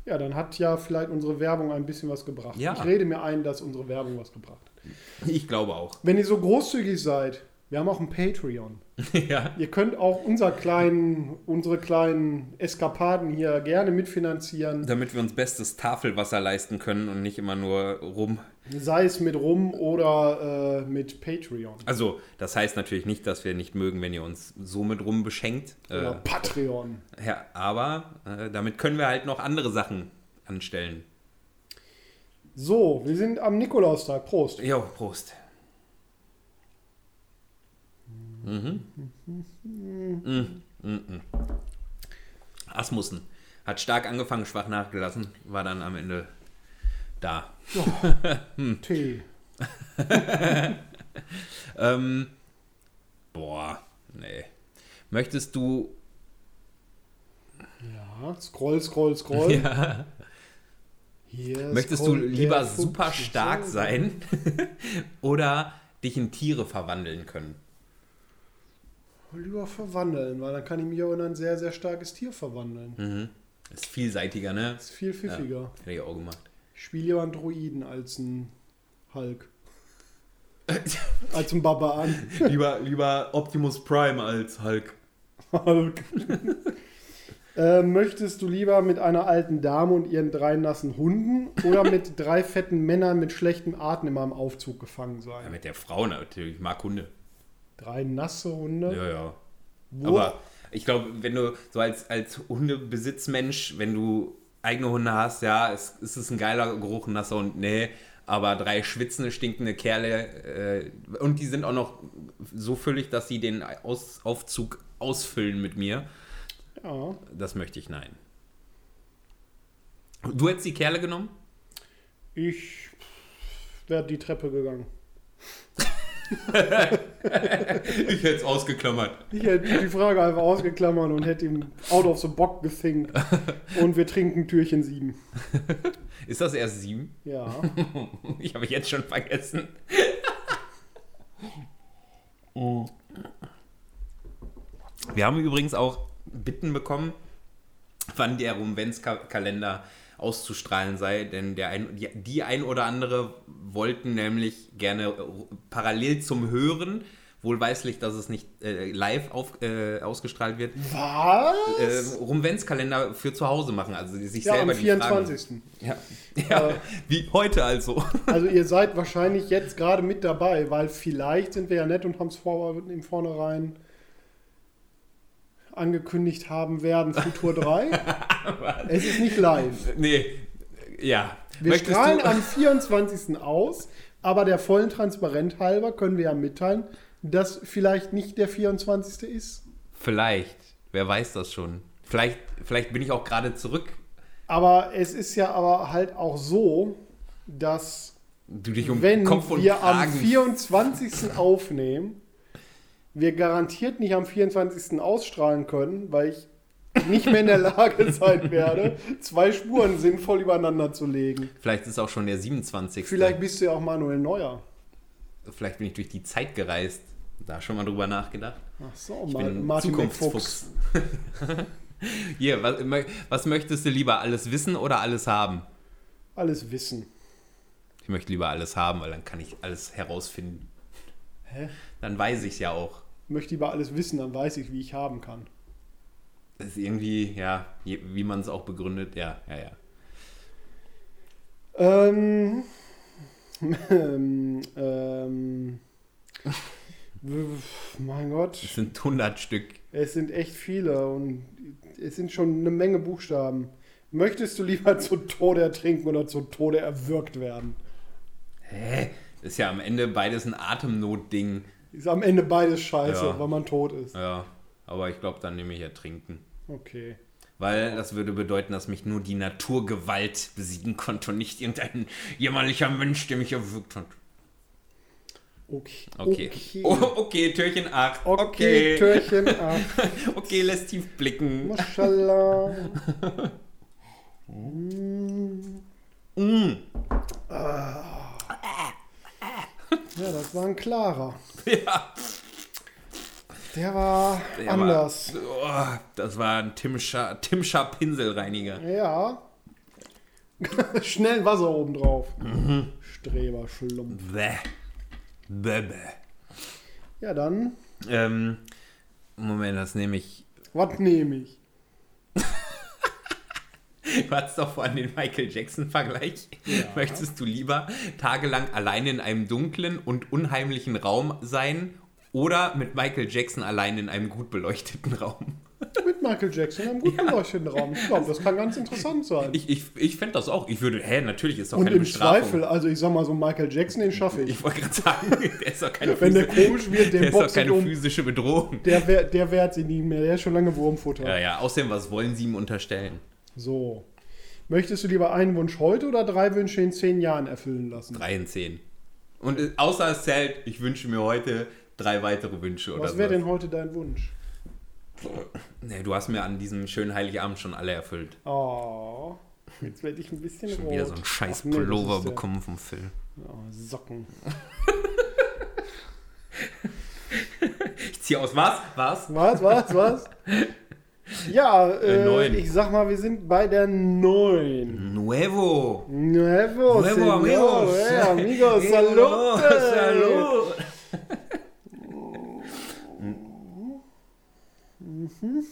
Ja, dann hat ja vielleicht unsere Werbung ein bisschen was gebracht.
Ja.
Ich rede mir ein, dass unsere Werbung was gebracht hat.
Ich glaube auch.
Wenn ihr so großzügig seid, wir haben auch ein Patreon.
ja.
Ihr könnt auch unser kleinen, unsere kleinen Eskapaden hier gerne mitfinanzieren.
Damit wir uns bestes Tafelwasser leisten können und nicht immer nur rum.
Sei es mit Rum oder äh, mit Patreon.
Also, das heißt natürlich nicht, dass wir nicht mögen, wenn ihr uns so mit rum beschenkt.
Oder
Äh,
Patreon.
ja, aber äh, damit können wir halt noch andere Sachen anstellen.
So, wir sind am Nikolaustag. Prost.
Jo, Prost. Mhm. Mhm. Mhm. Asmussen hat stark angefangen, schwach nachgelassen, war dann am Ende da. Mhm.
Tee.
Ähm, boah, nee. Möchtest du
Ja, scroll, scroll, scroll. Hier
Möchtest du
scrollt
lieber
der
super
Fuchs.
stark sein oder dich in Tiere verwandeln können?
Lieber verwandeln, weil dann kann ich mich auch in ein sehr, sehr starkes Tier verwandeln.
Mhm. Ist vielseitiger, ne?
Das ist viel pfiffiger.
Hätte ich auch gemacht.
Ich spiele lieber einen Droiden als einen Hulk. als einen Barbaren.
lieber, lieber Optimus Prime als Hulk.
Hulk. äh, möchtest du lieber mit einer alten Dame und ihren drei nassen Hunden oder mit drei fetten Männern mit schlechtem Atem immer im Aufzug gefangen
Ja,
sein?
mit der Frau natürlich. Ich mag Hunde.
Drei nasse Hunde?
Ja, ja.
Wo-
Aber ich glaube, wenn du so als, als Hundebesitzmensch, wenn du eigene Hunde hast, ja, es, es ist ein geiler Geruch, ein nasser Hund, nee. Aber drei schwitzende, stinkende Kerle äh, und die sind auch noch so füllig, dass sie den Aus Aufzug ausfüllen mit mir.
ja.
Das möchte ich nein. Du hättest die Kerle genommen?
Ich wäre die Treppe gegangen.
Ich hätte es ausgeklammert.
Ich hätte die Frage einfach ausgeklammert und hätte ihm out of the box gefinkt. Und wir trinken Türchen 7.
Ist das erst sieben?
Ja.
Ich habe jetzt schon vergessen. Mm. Wir haben übrigens auch Bitten bekommen, wann der Rumvenz-Kalender auszustrahlen sei, denn der ein, die, die ein oder andere wollten nämlich gerne parallel zum Hören wohlweislich, dass es nicht äh, live auf, äh, ausgestrahlt wird, äh,
Was?
Rumwenzkalender für zu Hause machen. Also die sich
ja, am
selber die Fragen-
24.
Ja, ja
Äh.
wie heute also.
Also ihr seid wahrscheinlich jetzt gerade mit dabei, weil vielleicht sind wir ja nett und haben es vor, im Vornherein angekündigt haben werden Futur 3. es ist nicht live.
nee, ja.
Wir strahlen am 24. aus, aber der vollen Transparenz halber können wir ja mitteilen, dass vielleicht nicht der 24. ist.
Vielleicht, wer weiß das schon. Vielleicht, vielleicht bin ich auch gerade zurück.
Aber es ist ja aber halt auch so, dass
Du dich um
wenn
Kopf und
wir am
Kragen.
24. aufnehmen, wir garantiert nicht am 24. ausstrahlen können, weil ich nicht mehr in der Lage sein werde, zwei Spuren sinnvoll übereinander zu legen.
Vielleicht ist auch schon der 27.
Vielleicht bist du ja auch Manuel Neuer.
Vielleicht bin ich durch die Zeit gereist. Da schon mal drüber nachgedacht.
Ach so,
Ich
Ma
bin
Martin McFuchs.
Zukunftsfuchs. Hier, was, was möchtest du lieber? Alles wissen oder alles haben?
Alles wissen.
Ich möchte lieber alles haben, weil dann kann ich alles herausfinden.
Hä?
Dann weiß ich ja auch.
Möchte lieber alles wissen, dann weiß ich, wie ich haben kann.
Das ist irgendwie, ja, je, wie man es auch begründet, ja, ja, ja.
Ähm, ähm, ähm, mein Gott.
Es sind 100 Stück.
Es sind echt viele und es sind schon eine Menge Buchstaben. Möchtest du lieber zu Tode ertrinken oder zu Tode erwürgt werden?
Hä? Ist ja am Ende beides ein Atemnotding.
Ist am Ende beides scheiße,
Ja.
weil man tot ist.
Ja, aber ich glaube, dann nehme ich ertrinken.
Okay.
Weil das würde bedeuten, dass mich nur die Naturgewalt besiegen konnte und nicht irgendein jämmerlicher Mensch, der mich erwürgt hat.
Okay.
Okay.
Okay,
Oh, okay, Türchen 8.
okay.
Okay.
Türchen ab.
Okay, lässt tief blicken.
Maschallah. Mm. Ah. Ja, das war ein klarer.
Ja.
Der war
Ja, aber-
anders.
Oh, das war ein Timscher, Timscher Pinselreiniger.
Ja. Schnell Wasser oben drauf.
Mhm.
Streber, Schlumpf.
Bäh. Bäh, bäh.
Ja, dann,
Ähm, Moment, das nehme ich.
was nehme ich?
Du hattest doch vorhin den Michael Jackson-Vergleich. Möchtest du lieber tagelang allein in einem dunklen und unheimlichen Raum sein oder mit Michael Jackson allein in einem gut beleuchteten Raum?
Mit Michael Jackson in einem gut beleuchteten Raum. Ich glaube, das kann ganz interessant sein.
Ich, ich, ich fände das auch. Ich würde, hä, natürlich ist doch
Und
keine
im
Bestrafung.
Zweifel, also ich sag mal so, Michael Jackson, den schaffe ich.
Ich wollte gerade sagen, der ist doch keine,
Wenn der
physische-
komisch wird,
der
den
ist doch
boxt
keine
um.
physische Bedrohung.
Der, wehr, der wehrt sie nie mehr. Der ist schon lange Wurmfutter.
Ja, ja, außerdem, was wollen sie ihm unterstellen?
So. Möchtest du lieber einen Wunsch heute oder drei Wünsche in zehn Jahren erfüllen lassen?
Drei in zehn. Und äh, außer es zählt, ich wünsche mir heute drei weitere Wünsche oder
Was wäre denn heute dein Wunsch?
Nee, du hast mir an diesem schönen Heiligabend schon alle erfüllt.
Oh, jetzt werde ich ein bisschen
Schon
rot.
wieder so einen scheiß
Ach nee, das ist
Pullover
der-
bekommen vom Phil.
Oh, Socken.
Ich zieh aus was? Was?
Was, was, was? Ja,
Äh,
äh,
neun.
ich sag mal, wir sind bei der 9.
Nuevo.
Nuevo,
Mhm. Nuevo,
señor,
amigos.
eh, amigos,
Hello,
salute.
Salud. Mhm.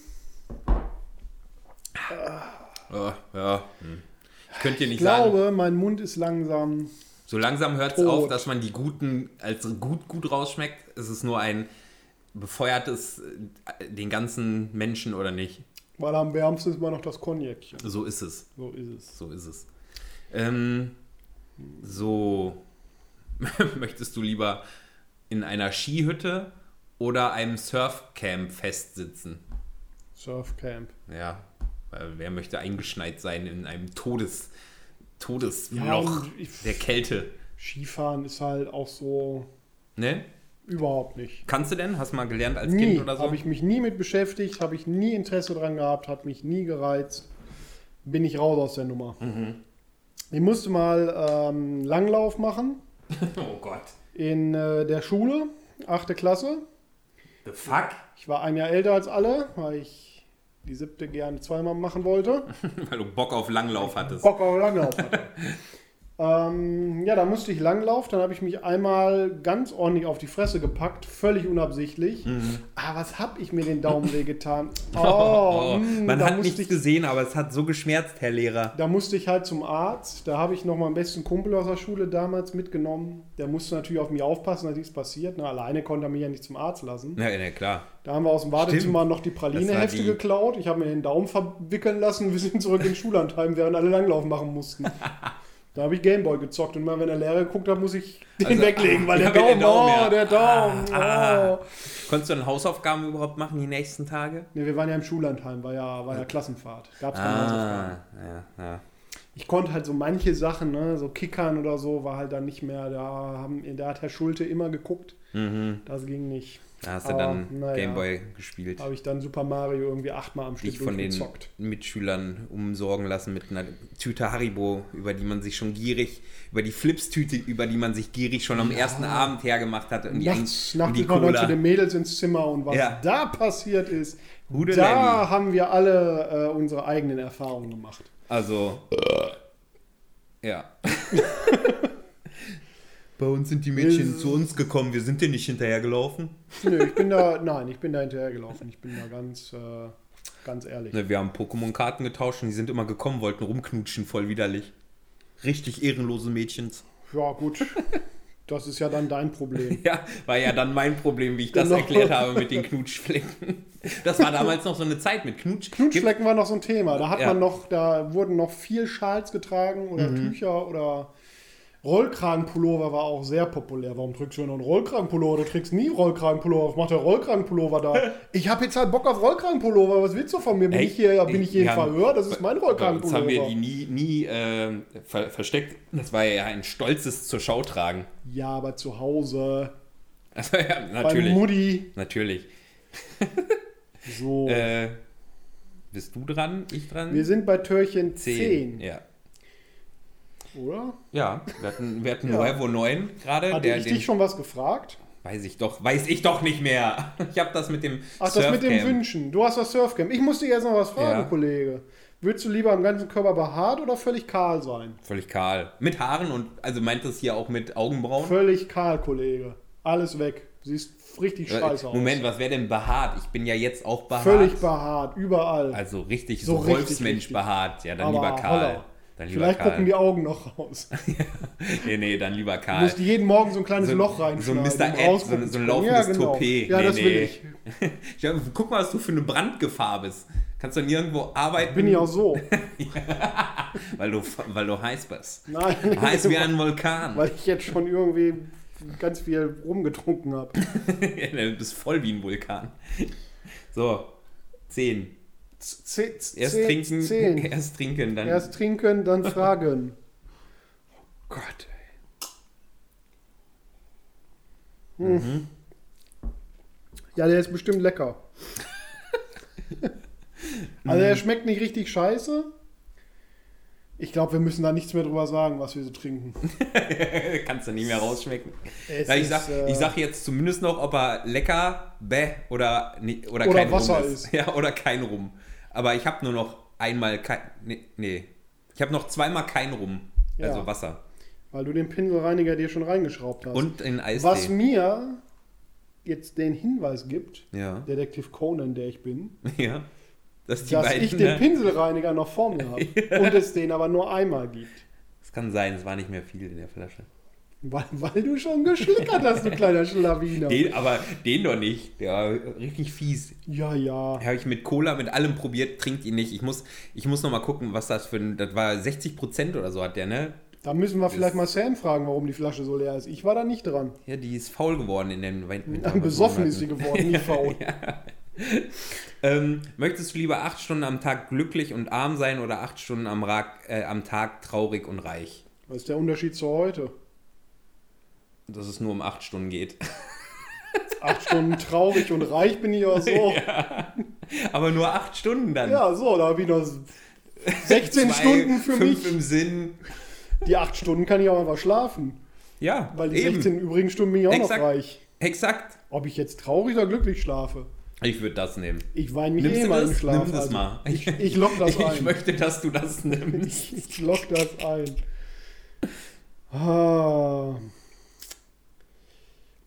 Ah, ja. hm. Ich könnte dir
Ich
nicht sagen,
glaube, mein Mund ist langsam.
so langsam hört es
Tot.
auf, dass man die guten als gut gut rausschmeckt. Es ist nur ein befeuertes äh, den ganzen Menschen oder nicht.
Weil am wärmsten ist immer noch das Cognacchen.
So ist es.
So ist es.
So ist es. Ähm, so, möchtest du lieber in einer Skihütte oder einem Surfcamp festsitzen?
Surfcamp.
Ja, weil wer möchte eingeschneit sein in einem Todes,
Ja,
Todesloch
und ich-
der Kälte?
Skifahren ist halt auch so
Ne?
überhaupt nicht.
Kannst du denn? Hast du mal gelernt als
Nie.
Kind oder so?
Habe ich mich nie mit beschäftigt, habe ich nie Interesse dran gehabt, hat mich nie gereizt. Bin ich raus aus der Nummer.
Mhm.
Ich musste mal ähm, Langlauf machen.
oh Gott.
in äh, der Schule, achte Klasse.
The fuck?
Ich war ein Jahr älter als alle, weil ich die siebte gerne zweimal machen wollte.
weil du Bock auf Langlauf hattest.
Bock auf Langlauf hatte. Ähm, ja, da musste ich Langlauf, dann habe ich mich einmal ganz ordentlich auf die Fresse gepackt, völlig unabsichtlich.
Mhm.
Ah, was habe ich mir den Daumen weh getan? Oh,
Oh,
mm,
man
da
hat
musste
nichts gesehen, aber es hat so geschmerzt, Herr Lehrer.
Da musste ich halt zum Arzt. Da habe ich noch meinen besten Kumpel aus der Schule damals mitgenommen. Der musste natürlich auf mich aufpassen, dass nichts passiert. Na, alleine konnte er mich ja nicht zum Arzt lassen.
Na, na klar.
Da haben wir aus dem Wartezimmer noch die
Das
Pralinehefte
war die-
geklaut. Ich habe mir den Daumen verwickeln lassen. Wir sind zurück in den Schullandheim, während alle Langlauf machen mussten. Da habe ich Gameboy gezockt und mal, wenn der Lehrer geguckt hat, muss ich den
Also,
weglegen, weil
ja,
der
mit
Daumen,
den Daumen,
oh,
ja. Ah,
der Daumen, oh.
Konntest du dann Hausaufgaben überhaupt machen die nächsten Tage?
Ne, wir waren ja im Schullandheim, war ja, war ja Klassenfahrt. Gab es keine Hausaufgaben.
Ah, ja, ja.
ich konnte halt so manche Sachen, ne, so Kickern oder so, war halt dann nicht mehr. Da, haben, da hat Herr Schulte immer geguckt.
Mhm.
Das ging nicht.
Da hast du
Aber,
dann
naja.
Gameboy gespielt.
Da habe ich dann Super Mario irgendwie achtmal am Stück
Dich von den
durchgezockt.
Mitschülern umsorgen lassen mit einer Tüte Haribo, über die man sich schon gierig, über die Flips-Tüte, über die man sich gierig schon am ersten Abend hergemacht hat. Und die,
Nachts,
und
nachts
die
sind wir dann zu
Cola.
den Mädels ins Zimmer und was
Ja.
da passiert ist,
Hudelemi.
da haben wir alle äh, unsere eigenen Erfahrungen gemacht.
Also. ja. Bei uns sind die Mädchen zu uns gekommen, wir sind dir nicht hinterhergelaufen.
Nö, ich bin da, nein, ich bin da hinterhergelaufen. Ich bin da ganz, äh, ganz ehrlich.
Ne, wir haben Pokémon-Karten getauscht und die sind immer gekommen, wollten rumknutschen, voll widerlich. Richtig ehrenlose Mädchens.
Ja, gut. Das ist ja dann dein Problem.
Ja, war ja dann mein Problem, wie ich das
Genau.
erklärt habe mit den Knutschflecken. Das war damals noch so eine Zeit mit Knutsch.
Knutschflecken war noch so ein Thema. Da hat
Ja.
man noch, da wurden noch viel Schals getragen oder
Mhm.
Tücher oder Rollkragenpullover war auch sehr populär. Warum trägst du denn noch einen Rollkragenpullover? Du trägst nie Rollkragenpullover. Was macht der Rollkragenpullover da? Ich habe jetzt halt Bock auf Rollkragenpullover. Was willst du von mir? Bin
Ey,
ich hier, bin ich hier im
ja,
Verhör? Das ist mein
Bei uns
Rollkragenpullover.
haben wir die nie, nie äh, ver versteckt. Das war ja ein stolzes zur Schau tragen.
Ja, aber zu Hause
Also, ja,
bei
natürlich.
Mutti.
Natürlich.
So.
Äh, bist du dran? Ich dran?
wir sind bei Türchen 10,
Ja.
oder?
Ja, wir hatten, wir hatten
Ja.
Nuevo 9 gerade.
Hatte
der-
ich
den-
dich schon was gefragt?
Weiß ich doch, weiß ich doch nicht mehr. Ich habe das mit dem
Ach, das mit dem
Surfcam.
Wünschen. Du hast das Surfcamp. Ich muss dir jetzt noch was fragen,
Ja.
Kollege. Würdest du lieber am ganzen Körper behaart oder völlig kahl sein?
Völlig kahl. Mit Haaren und, also meint das hier auch mit Augenbrauen?
Völlig kahl, Kollege. Alles weg. Siehst richtig scheiße aus.
Äh, Moment, was wäre denn behaart? Ich bin ja jetzt auch behaart.
Völlig behaart, überall.
Also richtig,
So
so,
richtig,
Wolfsmensch
richtig.
behaart. Ja, dann
Aber
lieber kahl.
holla.
Dann lieber
Vielleicht
kahl.
gucken die Augen noch raus. Du
Nee, nee, dann lieber kahl.
musst jeden Morgen so ein kleines
So ein-
Loch
so ein
reinschneiden.
Mr.
um
Ed, so ein-
rausgucken
so ein
zu können.
laufendes
ja, genau.
Toupet.
Ja,
Nee,
das will
nee.
ich.
Ich hab, guck mal, was du für eine Brandgefahr bist. Kannst du dann irgendwo arbeiten,
Bin ich auch so.
weil, du, weil du heiß bist.
Nein.
Heiß wie ein Vulkan.
Weil ich jetzt schon irgendwie ganz viel rumgetrunken habe.
Ja, du bist voll wie ein Vulkan. So, 10. Erst trinken,
Zehn.
erst trinken, dann
Erst trinken, dann fragen. Oh Gott, ey. Hm. Ja, der ist bestimmt lecker. also
Mhm.
der schmeckt nicht richtig scheiße. Ich glaube, wir müssen da nichts mehr drüber sagen, was wir so trinken.
kannst du nicht mehr rausschmecken.
Es
Ja, ich,
ist,
sag,
äh,
ich sag jetzt zumindest noch, ob er lecker, bäh oder, ni-
Oder
oder, kein
Wasser
Rum ist.
ist.
Ja, oder kein Rum. Aber ich habe nur noch einmal kein. Nee. nee. Ich habe noch zweimal kein Rum.
Ja.
Also Wasser.
Weil du den Pinselreiniger dir schon reingeschraubt hast.
Und in Eistee.
was mir jetzt den Hinweis gibt,
ja.
Detektiv Conan, der ich bin,
ja. Dass die
dass
beiden,
ich den
ne?
Pinselreiniger noch vor mir habe und es den aber nur einmal gibt.
Das kann sein, es war nicht mehr viel in der Flasche.
Weil, weil du schon geschlickert hast, du kleiner Schlawiner.
Den, aber den doch nicht. Der war richtig fies.
Ja, ja.
Habe ich mit Cola, mit allem probiert, trinkt ihn nicht. Ich muss, ich muss noch mal gucken, was das für ein. Das war 60 Prozent oder so hat der, ne?
Da müssen wir vielleicht
Ist-
mal Sam fragen, warum die Flasche so leer ist. Ich war da nicht dran.
Ja, die ist faul geworden in den Winter.
Besoffen ist sie geworden, nicht faul.
Ähm, möchtest du lieber acht Stunden am Tag glücklich und arm sein oder acht Stunden am, Ra äh, am Tag traurig und reich?
Was ist der Unterschied zu heute?
Dass es nur um acht Stunden geht.
Acht Stunden traurig und reich bin ich auch so. Ja,
Aber nur acht Stunden dann.
so, da habe ich noch 16
Zwei,
Stunden für
fünf
mich.
im Sinn.
Die acht Stunden kann ich auch einfach schlafen.
Ja,
Weil die
eben.
16 übrigen Stunden bin ich auch
Exakt.
noch reich.
Exakt.
Ob ich jetzt traurig oder glücklich schlafe?
Ich würde das nehmen.
Ich weine mich
Nimmst
eh
du
mal
das?
im Schlaf.
Nimm das
also
mal.
Ich, ich lock das
ich
ein.
möchte, dass du das nimmst.
Ich lock das ein. Ah.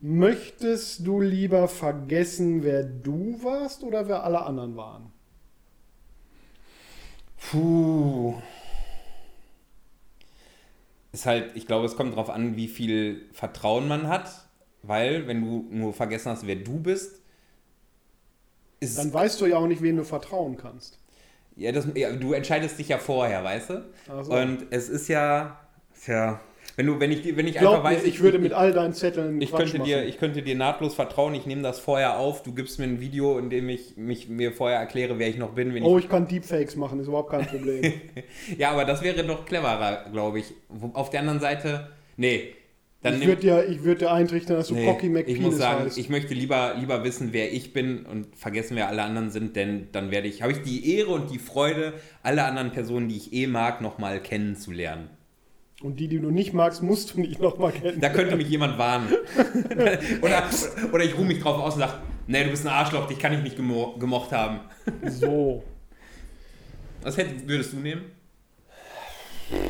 Möchtest du lieber vergessen, wer du warst oder wer alle anderen waren?
Puh. Ist halt, ich glaube, es kommt darauf an, wie viel Vertrauen man hat, weil wenn du nur vergessen hast, wer du bist, ist
Dann weißt du ja auch nicht, wem du vertrauen kannst.
ja, das, ja, du entscheidest dich ja vorher, weißt du?
Ach so.
Und es ist ja, tja, wenn du, wenn ich, wenn ich
Glaub
einfach
mir,
weiß,
ich, würde mit all deinen Zetteln
ich
Quatsch
könnte, dir,
machen.
ich könnte dir nahtlos vertrauen, ich nehme das vorher auf, du gibst mir ein Video, in dem ich mich, mir vorher erkläre, wer ich noch bin. Wenn
Oh, ich kann Deepfakes machen, ist überhaupt kein Problem.
ich, ja, aber das wäre doch cleverer, glaube ich. Wo- Auf der anderen Seite, nee. Dann
ich
nimm-
würde dir, ich würd dir eintrichten, dass du
Nee,
Cocky McPenis
ich muss sagen,
heißt.
ich möchte lieber, lieber wissen, wer ich bin und vergessen, wer alle anderen sind, denn dann werde ich, habe ich die Ehre und die Freude, alle anderen Personen, die ich eh mag, nochmal kennenzulernen.
Und die, die du nicht magst, musst du nicht nochmal kennen.
Da könnte mich jemand warnen. oder, oder ich ruhe mich drauf aus und sage, nee, du bist ein Arschloch, dich kann ich nicht gemo gemocht haben.
So.
Was hätt, würdest du nehmen?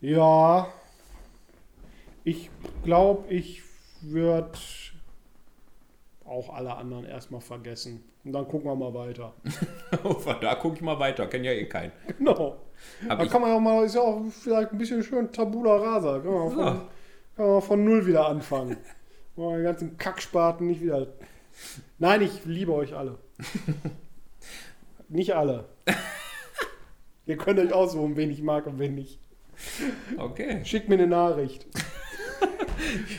Ja. Ich glaube, ich würde auch alle anderen erstmal vergessen. Und dann gucken wir mal weiter.
Oh, da gucke ich mal weiter, kenn ja eh keinen.
Genau.
Hab
Da
ich-
kann man ja auch mal, ist ja auch vielleicht ein bisschen schön Tabula Rasa. Kann man, auch von,
Ja.
kann man auch von Null wieder anfangen. Mal den ganzen Kackspaten nicht wieder. Nein, ich liebe euch alle. nicht alle. Ihr könnt euch aussuchen, wen ich mag und wen nicht.
Okay.
Schickt mir eine Nachricht.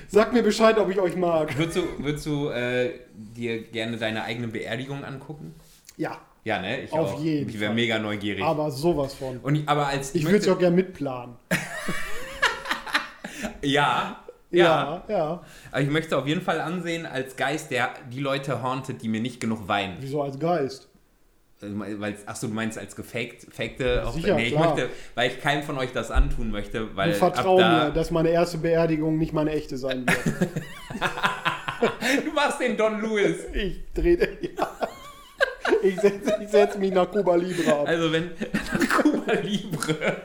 Sagt mir Bescheid, ob ich euch mag.
Würdest du, würdest du äh, dir gerne deine eigene Beerdigung angucken?
Ja,
Ja, ne? Ich
Auf
auch.
jeden
Ich wäre
Fall.
mega neugierig.
aber sowas von.
Und ich, aber als
Ich würde es
möchte-
auch gerne mitplanen.
ja, ja,
Ja, ja.
Aber ich möchte auf jeden Fall ansehen als Geist, der die Leute hauntet, die mir nicht genug weinen.
Wieso als Geist?
Also, weil- Ach so, du meinst als gefaked, fakte? auch-
sicher,
ich
klar.
möchte, weil ich keinem von euch das antun möchte, weil
Und vertrau mir, dass meine erste Beerdigung nicht meine echte sein wird.
du machst den Don Lewis.
Ich drehe. Ja. Ich setze ich setz mich nach Cuba Libre ab.
Also wenn Kuba Libre.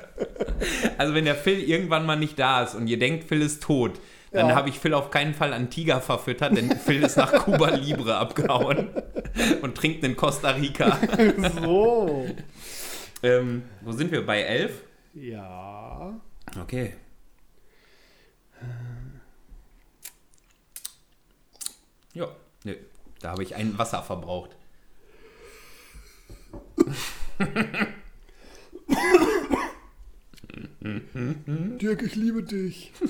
Also wenn der Phil irgendwann mal nicht da ist und ihr denkt, Phil ist tot, dann
Ja.
habe ich Phil auf keinen Fall an Tiger verfüttert, denn Phil ist nach Kuba Libre abgehauen und trinkt in Costa Rica. Also.
so.
ähm, wo sind wir bei 11?
Ja.
Okay. Ja, nö. Da habe ich ein Wasser verbraucht.
Dirk, ich liebe dich.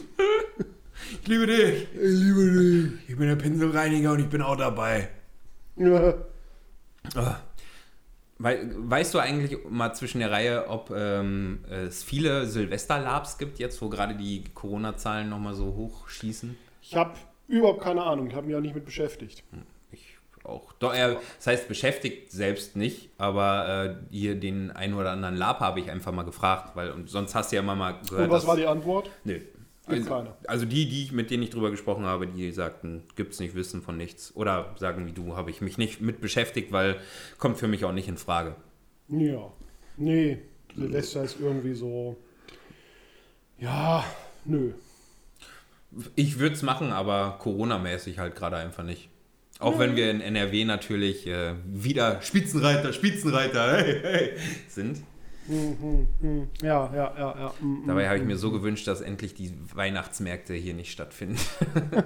Ich liebe dich.
Ich liebe
Ich bin der Pinselreiniger und ich bin auch dabei.
dich.
Weißt du eigentlich mal zwischen der Reihe, ob ähm, es viele Silvesterlabs gibt jetzt, wo gerade die Corona-Zahlen nochmal so hochschießen?
Ich habe überhaupt keine Ahnung. Ich habe mich auch nicht mit beschäftigt.
Ich auch. Doch, äh, das heißt, beschäftigt selbst nicht, aber äh, hier den einen oder anderen Lab habe ich einfach mal gefragt, weil und sonst hast du ja immer mal gehört.
Und was
dass-
war die Antwort?
Nö.
Gibt
Also,
keine.
also die, die ich, mit denen ich drüber gesprochen habe, die sagten, gibt's nicht, wissen von nichts. Oder sagen wie du, habe ich mich nicht mit beschäftigt, weil kommt für mich auch nicht in Frage.
Ja. Nee, Silvester ist irgendwie so. Ja, nö.
Ich würde es machen, aber Corona-mäßig halt gerade einfach nicht. Auch wenn wir in NRW natürlich äh, wieder Spitzenreiter, Spitzenreiter hey, hey, sind.
Ja, ja, ja, ja. Mm, mm.
Dabei habe ich mir so gewünscht, dass endlich die Weihnachtsmärkte hier nicht stattfinden.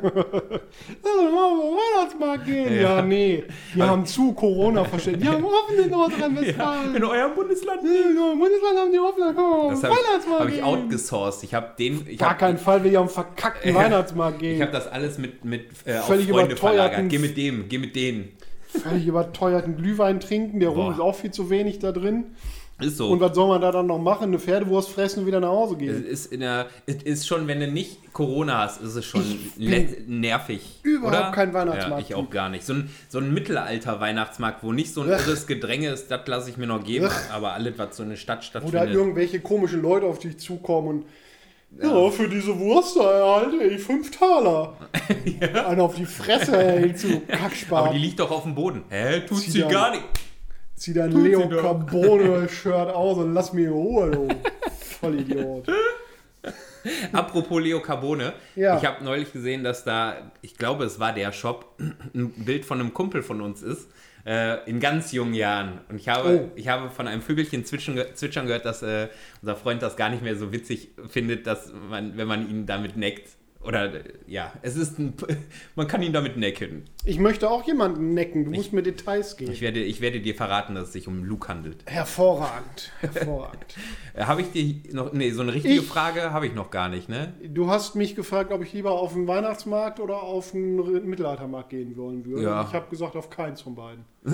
Lass uns mal auf den Weihnachtsmarkt gehen. Ja, nee. Wir haben zu Corona verstanden. Wir haben offen in Nordrhein-Westfalen.
eurem Bundesland?
Im Bundesland haben die offen, da kann man auf
Das
den
habe ich,
Weihnachtsmarkt
hab ich
gehen.
outgesourced. Ich habe den. Ich
Gar
hab,
keinen Fall will ich auf den verkackten
Ja.
Weihnachtsmarkt
Ich habe
gehen.
das alles mit, mit äh, auf
Völlig
Freunde
überteuerten-
verlagert. Geh mit dem, geh mit denen.
Völlig überteuerten Glühwein trinken, der
Boah.
Rum ist auch viel zu wenig da drin.
Ist so.
Und was soll man da dann noch machen? Eine Pferdewurst fressen und wieder nach Hause
es
gehen.
ist, in der, es ist schon, wenn du nicht Corona hast, ist es schon le- nervig.
überhaupt
oder?
kein Weihnachtsmarkt.
Ja, ich auch gar nicht. So ein, so ein Mittelalter-Weihnachtsmarkt, wo nicht so ein irres Gedränge ist, das lasse ich mir noch geben. Aber alles, was so eine Stadt
Wo da
stattfindet.
halt irgendwelche komischen Leute auf dich zukommen und ja, für diese Wurst da erhalte ich fünf Taler. Einer auf die Fresse, ey, zu
Aber die
Kackspaten.
liegt doch auf dem Boden. Hä? Tut
Zieh
sie
da-
gar nicht.
Zieh dein
Tut sie
Leo
doch.
Carbone-Shirt aus und lass mir in Ruhe, du Vollidiot.
Apropos Leo Carbone,
Ja.
ich habe neulich gesehen, dass da, ich glaube, es war der Shop, ein Bild von einem Kumpel von uns ist, äh, in ganz jungen Jahren. Und ich habe,
Oh.
ich habe von einem Vögelchen zwitschern, ge- zwitschern gehört, dass äh, unser Freund das gar nicht mehr so witzig findet, dass man, wenn man ihn damit neckt. Oder äh, ja, es ist ein, man kann ihn damit necken.
Ich möchte auch jemanden necken, du musst mir Details geben.
Ich werde, ich werde dir verraten, dass es sich um Luke handelt.
Hervorragend, hervorragend.
Äh, habe ich dir noch, nee, so eine richtige
Ich-
Frage habe ich noch gar nicht, ne?
Du hast mich gefragt, ob ich lieber auf den Weihnachtsmarkt oder auf den R- Mittelaltermarkt gehen wollen würde.
Ja.
Ich habe gesagt, auf keins von beiden.
Ja,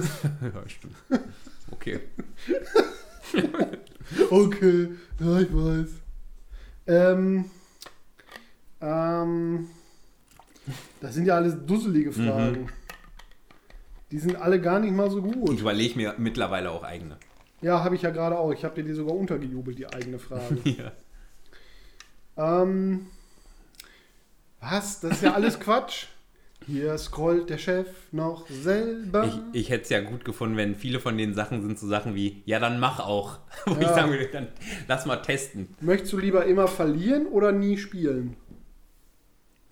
stimmt. Okay.
Okay, ja, ich weiß. Ähm, ähm, das sind ja alles dusselige
Mhm.
Fragen. Die sind alle gar nicht mal so gut.
Ich überlege mir mittlerweile auch eigene.
Ja, habe ich ja gerade auch. Ich habe dir die sogar untergejubelt, die eigene Frage.
Ja.
ähm, was? Das ist ja alles Quatsch. Hier scrollt der Chef noch selber.
Ich, ich hätte es ja gut gefunden, wenn viele von den Sachen sind so Sachen wie, ja, dann mach auch. Wo ich
Ja.
sagen würde, dann lass mal testen.
Möchtest du lieber immer verlieren oder nie spielen?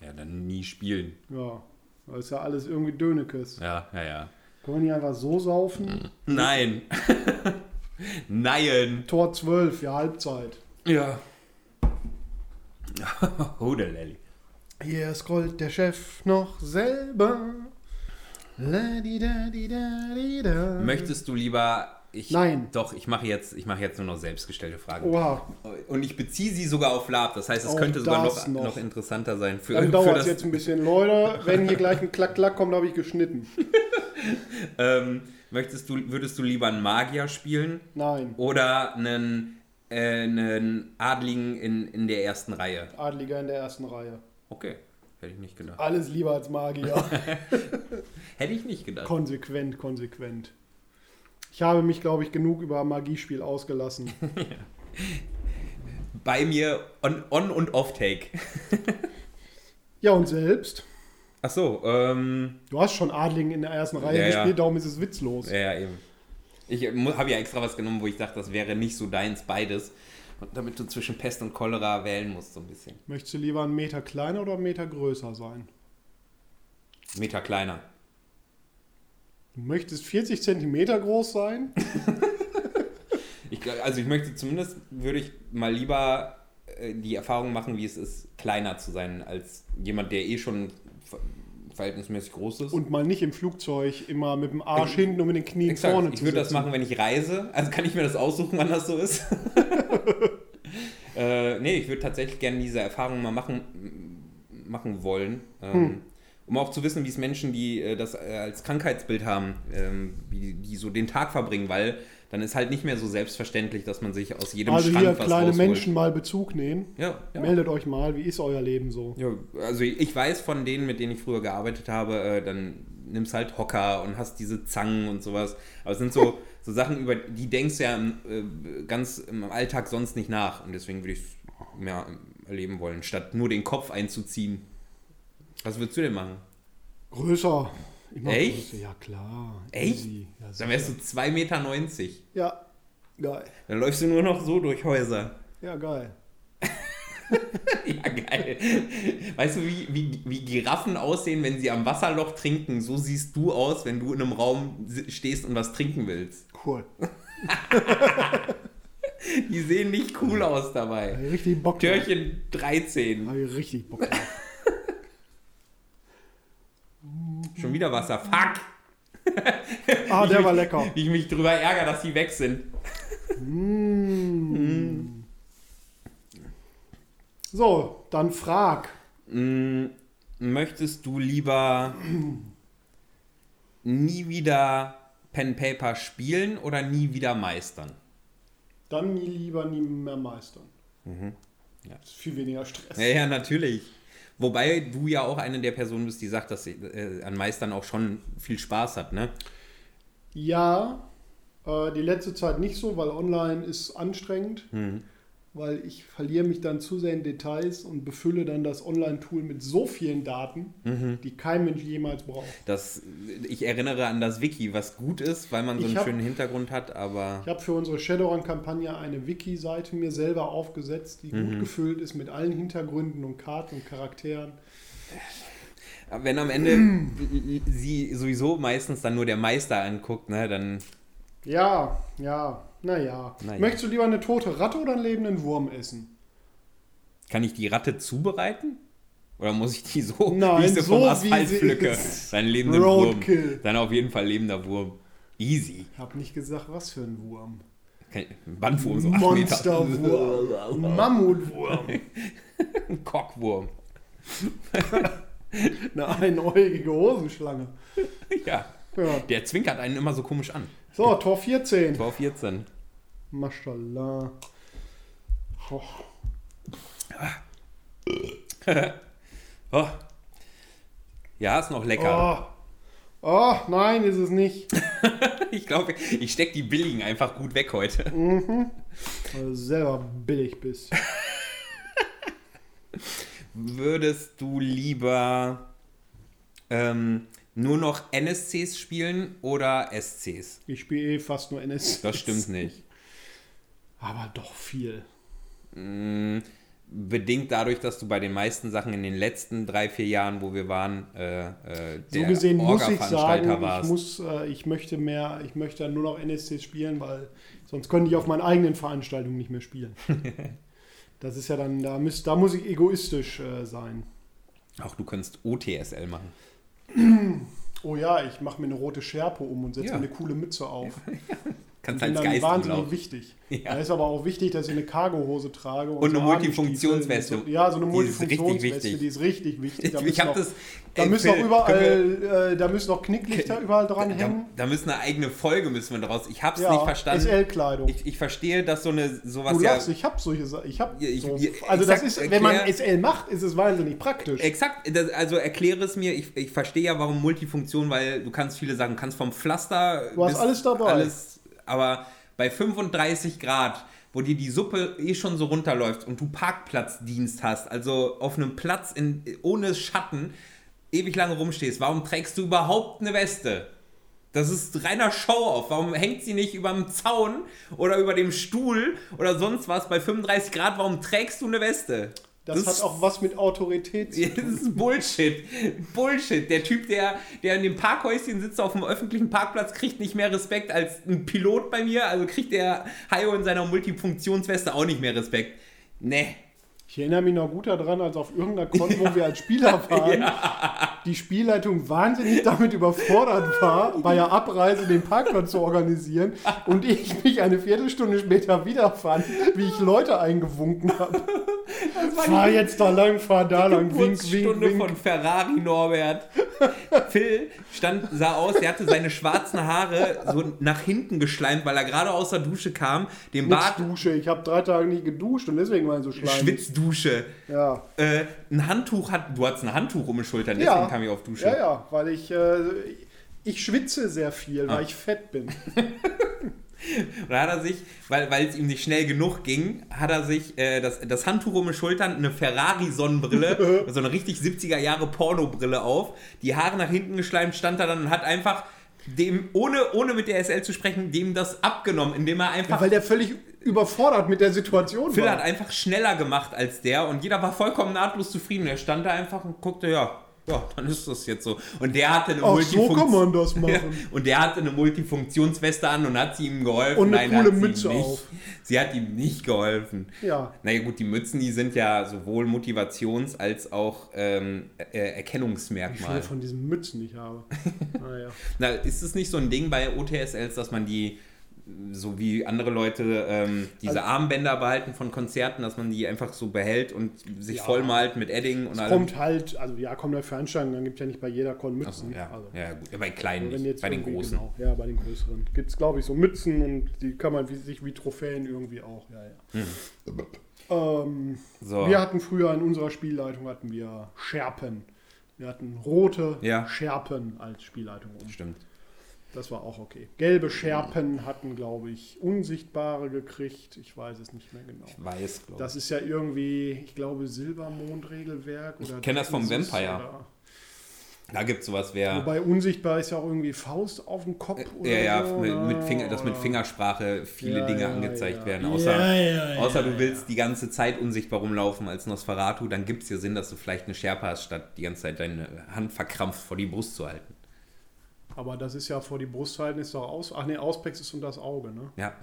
Ja, dann nie spielen.
Ja, das ist ja alles irgendwie Dönekes.
Ja, ja, ja.
Können wir nicht einfach so saufen?
Nein. Nein.
Tor 12, ja, Halbzeit.
Ja. Hodelelli.
Hier scrollt der Chef noch selber. Ladidadidadida.
Möchtest du lieber... Ich,
Nein. Oh.
Doch, ich mache jetzt, ich mache jetzt nur noch selbstgestellte Fragen.
Oha,
Und ich beziehe sie sogar auf Lab. Das heißt, es
Auch
könnte sogar
Oh, das noch.
noch, noch. interessanter sein für,
dann
für
dauert es
das
jetzt ein bisschen. Leute, wenn hier gleich ein Klack-Klack kommt, habe ich geschnitten.
Ähm, möchtest du, würdest du lieber einen Magier spielen
Nein,
oder einen, äh, einen Adligen in, in der ersten Reihe?
Adliger in der ersten Reihe.
Okay, hätte ich nicht gedacht.
Alles lieber als Magier.
Hätte ich nicht gedacht.
konsequent, konsequent. Ich habe mich, glaube ich, genug über Magiespiel ausgelassen.
Bei mir on, on und off take.
Ja, und selbst?
Ach so, ähm,
Du hast schon Adligen in der ersten Reihe
Ja, ja.
gespielt, darum ist es witzlos.
ja, ja, eben. Ich habe ja extra was genommen, wo ich dachte, das wäre nicht so deins beides. Und damit du zwischen Pest und Cholera wählen musst, so ein bisschen.
Möchtest du lieber einen Meter kleiner oder einen Meter größer sein?
Meter kleiner.
Du möchtest 40 Zentimeter groß sein?
Ich, glaub- also ich möchte zumindest, würde ich mal lieber äh, die Erfahrung machen, wie es ist, kleiner zu sein als jemand, der eh schon ver- verhältnismäßig groß ist.
Und mal nicht im Flugzeug immer mit dem Arsch
Ich-
hinten und mit den Knien
Exakt.
vorne
ich
zu
würde das
sitzen.
machen, wenn ich reise. Also kann ich mir das aussuchen, wann das so ist. äh, nee, ich würde tatsächlich gerne diese Erfahrung mal machen, m- machen wollen. Ähm,
Hm.
Um auch zu wissen, wie es Menschen, die äh, das äh, als Krankheitsbild haben, ähm, wie, die so den Tag verbringen, weil dann ist halt nicht mehr so selbstverständlich, dass man sich aus jedem
Also
Schrank
hier
was
kleine
rausholt.
Menschen mal Bezug nehmen.
Ja, ja.
Meldet euch mal, wie ist euer Leben so?
Ja, also ich weiß von denen, mit denen ich früher gearbeitet habe, äh, dann nimmst halt Hocker und hast diese Zangen und sowas. Aber es sind so, so Sachen, über die denkst du ja im, äh, ganz im Alltag sonst nicht nach. Und deswegen würde ich es mehr erleben wollen, statt nur den Kopf einzuziehen. Was würdest du denn machen?
Größer. Immer
Echt?
Größer. Ja, klar.
Echt?
Easy. Ja,
Dann wärst du 2,90 Meter.
ja, geil.
Dann läufst du nur noch so durch Häuser.
Ja, geil.
Ja, geil. Weißt du, wie, wie, wie Giraffen aussehen, wenn sie am Wasserloch trinken? So siehst du aus, wenn du in einem Raum si- stehst und was trinken willst.
Cool.
Die sehen nicht cool aus
Hab
dabei.
ich richtig Bock drauf.
Türchen 13.
Hab ich richtig Bock drauf.
Schon wieder Wasser. Fuck!
Ah, der
mich,
war lecker.
Wie ich mich drüber ärgere, dass die weg sind.
So, dann frag.
Mm, Möchtest du lieber nie wieder Pen Paper spielen oder nie wieder meistern?
Dann nie lieber nie mehr meistern. Mhm.
Ja.
Ist viel weniger Stress.
Ja, ja, natürlich. Wobei du ja auch eine der Personen bist, die sagt, dass sie äh, an Meistern auch schon viel Spaß hat, ne? Mhm.
Ja, äh, die letzte Zeit nicht so, weil online ist anstrengend. weil ich verliere mich dann zu sehr in Details und befülle dann das Online-Tool mit so vielen Daten,
Mhm.
die kein Mensch jemals braucht.
Das, ich erinnere an das Wiki, was gut ist, weil man so
Ich
einen
hab-
schönen Hintergrund hat, aber
Ich habe für unsere Shadowrun-Kampagne eine Wiki-Seite mir selber aufgesetzt, die
Mhm.
gut gefüllt ist mit allen Hintergründen und Karten und Charakteren.
wenn am Ende sie sowieso meistens dann nur der Meister anguckt, ne, dann
Ja, ja, naja.
Na ja.
Möchtest du lieber eine tote Ratte oder einen lebenden Wurm essen?
kann ich die Ratte zubereiten? Oder muss ich die so,
Nein,
wie ich sie vom
so wie
Asphalt
sie
pflücke?
ist.
Dann lebenden
Roadkill.
Wurm. Dann auf jeden Fall lebender Wurm. Easy.
Ich habe nicht gesagt, was für ein Wurm.
Kein- Bandwurm, so 8
Monsterwurm.
Meter.
Mammutwurm.
Ein Cockwurm.
Eine einäugige Hosenschlange.
Ja.
Ja.
Der zwinkert einen immer so komisch an.
So, Tor 14.
Tor 14.
Maschallah. Oh,
Oh. Ja, ist noch lecker.
oh. oh, nein, ist es nicht. Oh.
Ich glaube, ich stecke die billigen einfach gut weg heute.
Weil du selber billig bist.
Würdest du lieber ähm, nur noch NSCs spielen oder SCs?
Ich spiele eh fast nur NS.
Das stimmt nicht.
Aber doch viel.
Bedingt dadurch, dass du bei den meisten Sachen in den letzten drei, vier Jahren, wo wir waren, äh, äh,
So
der
gesehen muss ich
Orga-Veranstalter
sagen, ich,
warst.
muss, äh, ich möchte mehr, ich möchte nur noch NSCs spielen, weil sonst könnte ich auf meinen eigenen Veranstaltungen nicht mehr spielen. das ist ja dann, da, müsst, da muss ich egoistisch äh, sein.
Auch du könntest OTSL machen.
Oh ja, ich mache mir eine rote Schärpe um und setze
Ja.
mir eine coole Mütze auf.
Kannst
bin
als
dann
Geist
wahnsinnig
rumlaufen.
wichtig.
Ja.
Da ist aber auch wichtig, dass ich eine Cargohose trage.
Und eine
so Hakenstiefel.
Multifunktionsweste.
Ja, so eine
Die ist richtig
Multifunktionsweste,
wichtig.
die ist richtig wichtig.
Ich,
Da müssen
ich habe
auch,
das.
da
ey,
müssen auch
Phil, können
überall, äh, da müssen auch Knicklichter überall dran
wir- da,
hängen.
da müssen eine eigene Folge müssen wir draus. Ich habe es
Mhm. Ja,
nicht verstanden.
SL-Kleidung.
Ich, ich verstehe, dass so eine sowas
Du
ja
lachst, ich hab solche Sachen. Ich hab
Ja, ich-
so.
ja,
Also das
exakt,
ist,
erklär-
wenn man SL macht, ist es wahnsinnig praktisch.
Exakt, das, also erkläre es mir, ich, ich verstehe ja, warum Multifunktion, weil du kannst viele Sachen, kannst vom Pflaster.
Du hast
bis
alles dabei.
Alles, aber bei 35 Grad, wo dir die Suppe eh schon so runterläuft und du Parkplatzdienst hast, also auf einem Platz in, ohne Schatten ewig lange rumstehst, warum trägst du überhaupt eine Weste? Das ist reiner Show-off. Warum hängt sie nicht über dem Zaun oder über dem Stuhl oder sonst was bei 35 Grad? Warum trägst du eine Weste?
Das, hat auch was mit Autorität zu
Ja, Das ist Bullshit. Bullshit. Der Typ, der, der in dem Parkhäuschen sitzt auf dem öffentlichen Parkplatz, kriegt nicht mehr Respekt als ein Pilot bei mir. Also kriegt der Hayo in seiner Multifunktionsweste auch nicht mehr Respekt. Ne. Nee.
Ich erinnere mich noch gut daran, als auf irgendeiner Con, wo wir als Spieler waren, die Spielleitung wahnsinnig damit überfordert war, bei der Abreise den Parkplatz zu organisieren und ich mich eine Viertelstunde später wiederfand, wie ich Leute eingewunken habe. Fahr jetzt da lang, fahr da lang, wink, wink,
Geburtsstunde
wink.
von Ferrari Norbert. Phil stand, sah aus, er hatte seine schwarzen Haare so nach hinten geschleimt, weil er gerade aus der Dusche kam, den
Nix
Bart
Dusche, ich habe drei Tage nicht geduscht und deswegen war ich so schleimig.
Schwitzdusche.
Ja.
Äh, ein Handtuch hat, du hattest ein Handtuch um die Schultern, deswegen kam ich auf Dusche.
Ja, ja, weil ich, äh, ich schwitze sehr viel,
Ah.
weil ich fett bin.
Und da hat er sich, weil weil es ihm nicht schnell genug ging, hat er sich äh, das, das Handtuch um die Schultern, eine Ferrari-Sonnenbrille, so eine richtig 70er-Jahre-Pornobrille auf, die Haare nach hinten geschleimt, stand er dann und hat einfach dem, ohne, ohne mit der SL zu sprechen, dem das abgenommen, indem er einfach,
Weil der völlig überfordert mit der Situation
Phil hat
war.
einfach schneller gemacht als der und jeder war vollkommen nahtlos zufrieden. Er stand da einfach und guckte, ja, ja, dann ist das jetzt so. Und der hatte eine
Ach, so
Multifunktion-
kann man das
Ja,
machen.
und der hatte eine Multifunktionsweste an und hat sie ihm geholfen.
Und eine coole
hat sie ihm
Mütze
nicht.
auf.
Sie hat ihm nicht geholfen.
Ja.
Naja gut, die Mützen, die sind ja sowohl Motivations- als auch ähm, äh,
Wie viele
Erkennungsmerkmal.
von diesen Mützen Ah, ich habe. Naja.
Na, ist es nicht so ein Ding bei OTSLs, dass man die, so wie andere Leute, ähm,
Also
diese Armbänder behalten von Konzerten, dass man die einfach so behält und sich
Ja.
vollmalt mit Edding und allem?
Kommt halt, also ja, kommt der Veranstaltung, dann gibt es ja nicht bei jeder Con
Achso,
Mützen.
ja,
Also,
ja, gut. Ja, bei kleinen
wenn
nicht,
jetzt
bei den
irgendwie-
großen.
Genau, ja, bei den größeren. Gibt es, glaube ich, so Mützen und die kann man wie, sich wie Trophäen irgendwie auch. Ja, ja. Ähm,
So.
Wir hatten früher in unserer Spielleitung hatten wir Schärpen. Wir hatten rote
Ja.
Schärpen als Spielleitung um.
Stimmt.
Das war auch okay. Gelbe Schärpen hatten, glaube ich, Unsichtbare gekriegt. Ich weiß es nicht mehr genau.
Weiß, glaube ich.
Das ist ja irgendwie, ich glaube, Silbermondregelwerk. oder
Ich kenn das vom
Dionysus
Vampire.
oder-
Da gibt es sowas, wer.
Wobei unsichtbar ist ja auch irgendwie Faust auf dem Kopf. Oder
Äh, Ja, ja,
so,
mit,
ne?
mit Finger, dass mit
Oder-
Fingersprache viele
Ja,
Dinge
ja,
angezeigt
ja.
werden. Außer,
Ja, ja, ja,
außer du
ja.
willst die ganze Zeit unsichtbar rumlaufen als Nosferatu, dann gibt es ja Sinn, dass du vielleicht eine Schärpe hast, statt die ganze Zeit deine Hand verkrampft vor die Brust zu halten.
Aber das ist ja vor die Brust zu halten, ist doch aus. Ach nee, Auspex ist um das Auge, ne?
Ja.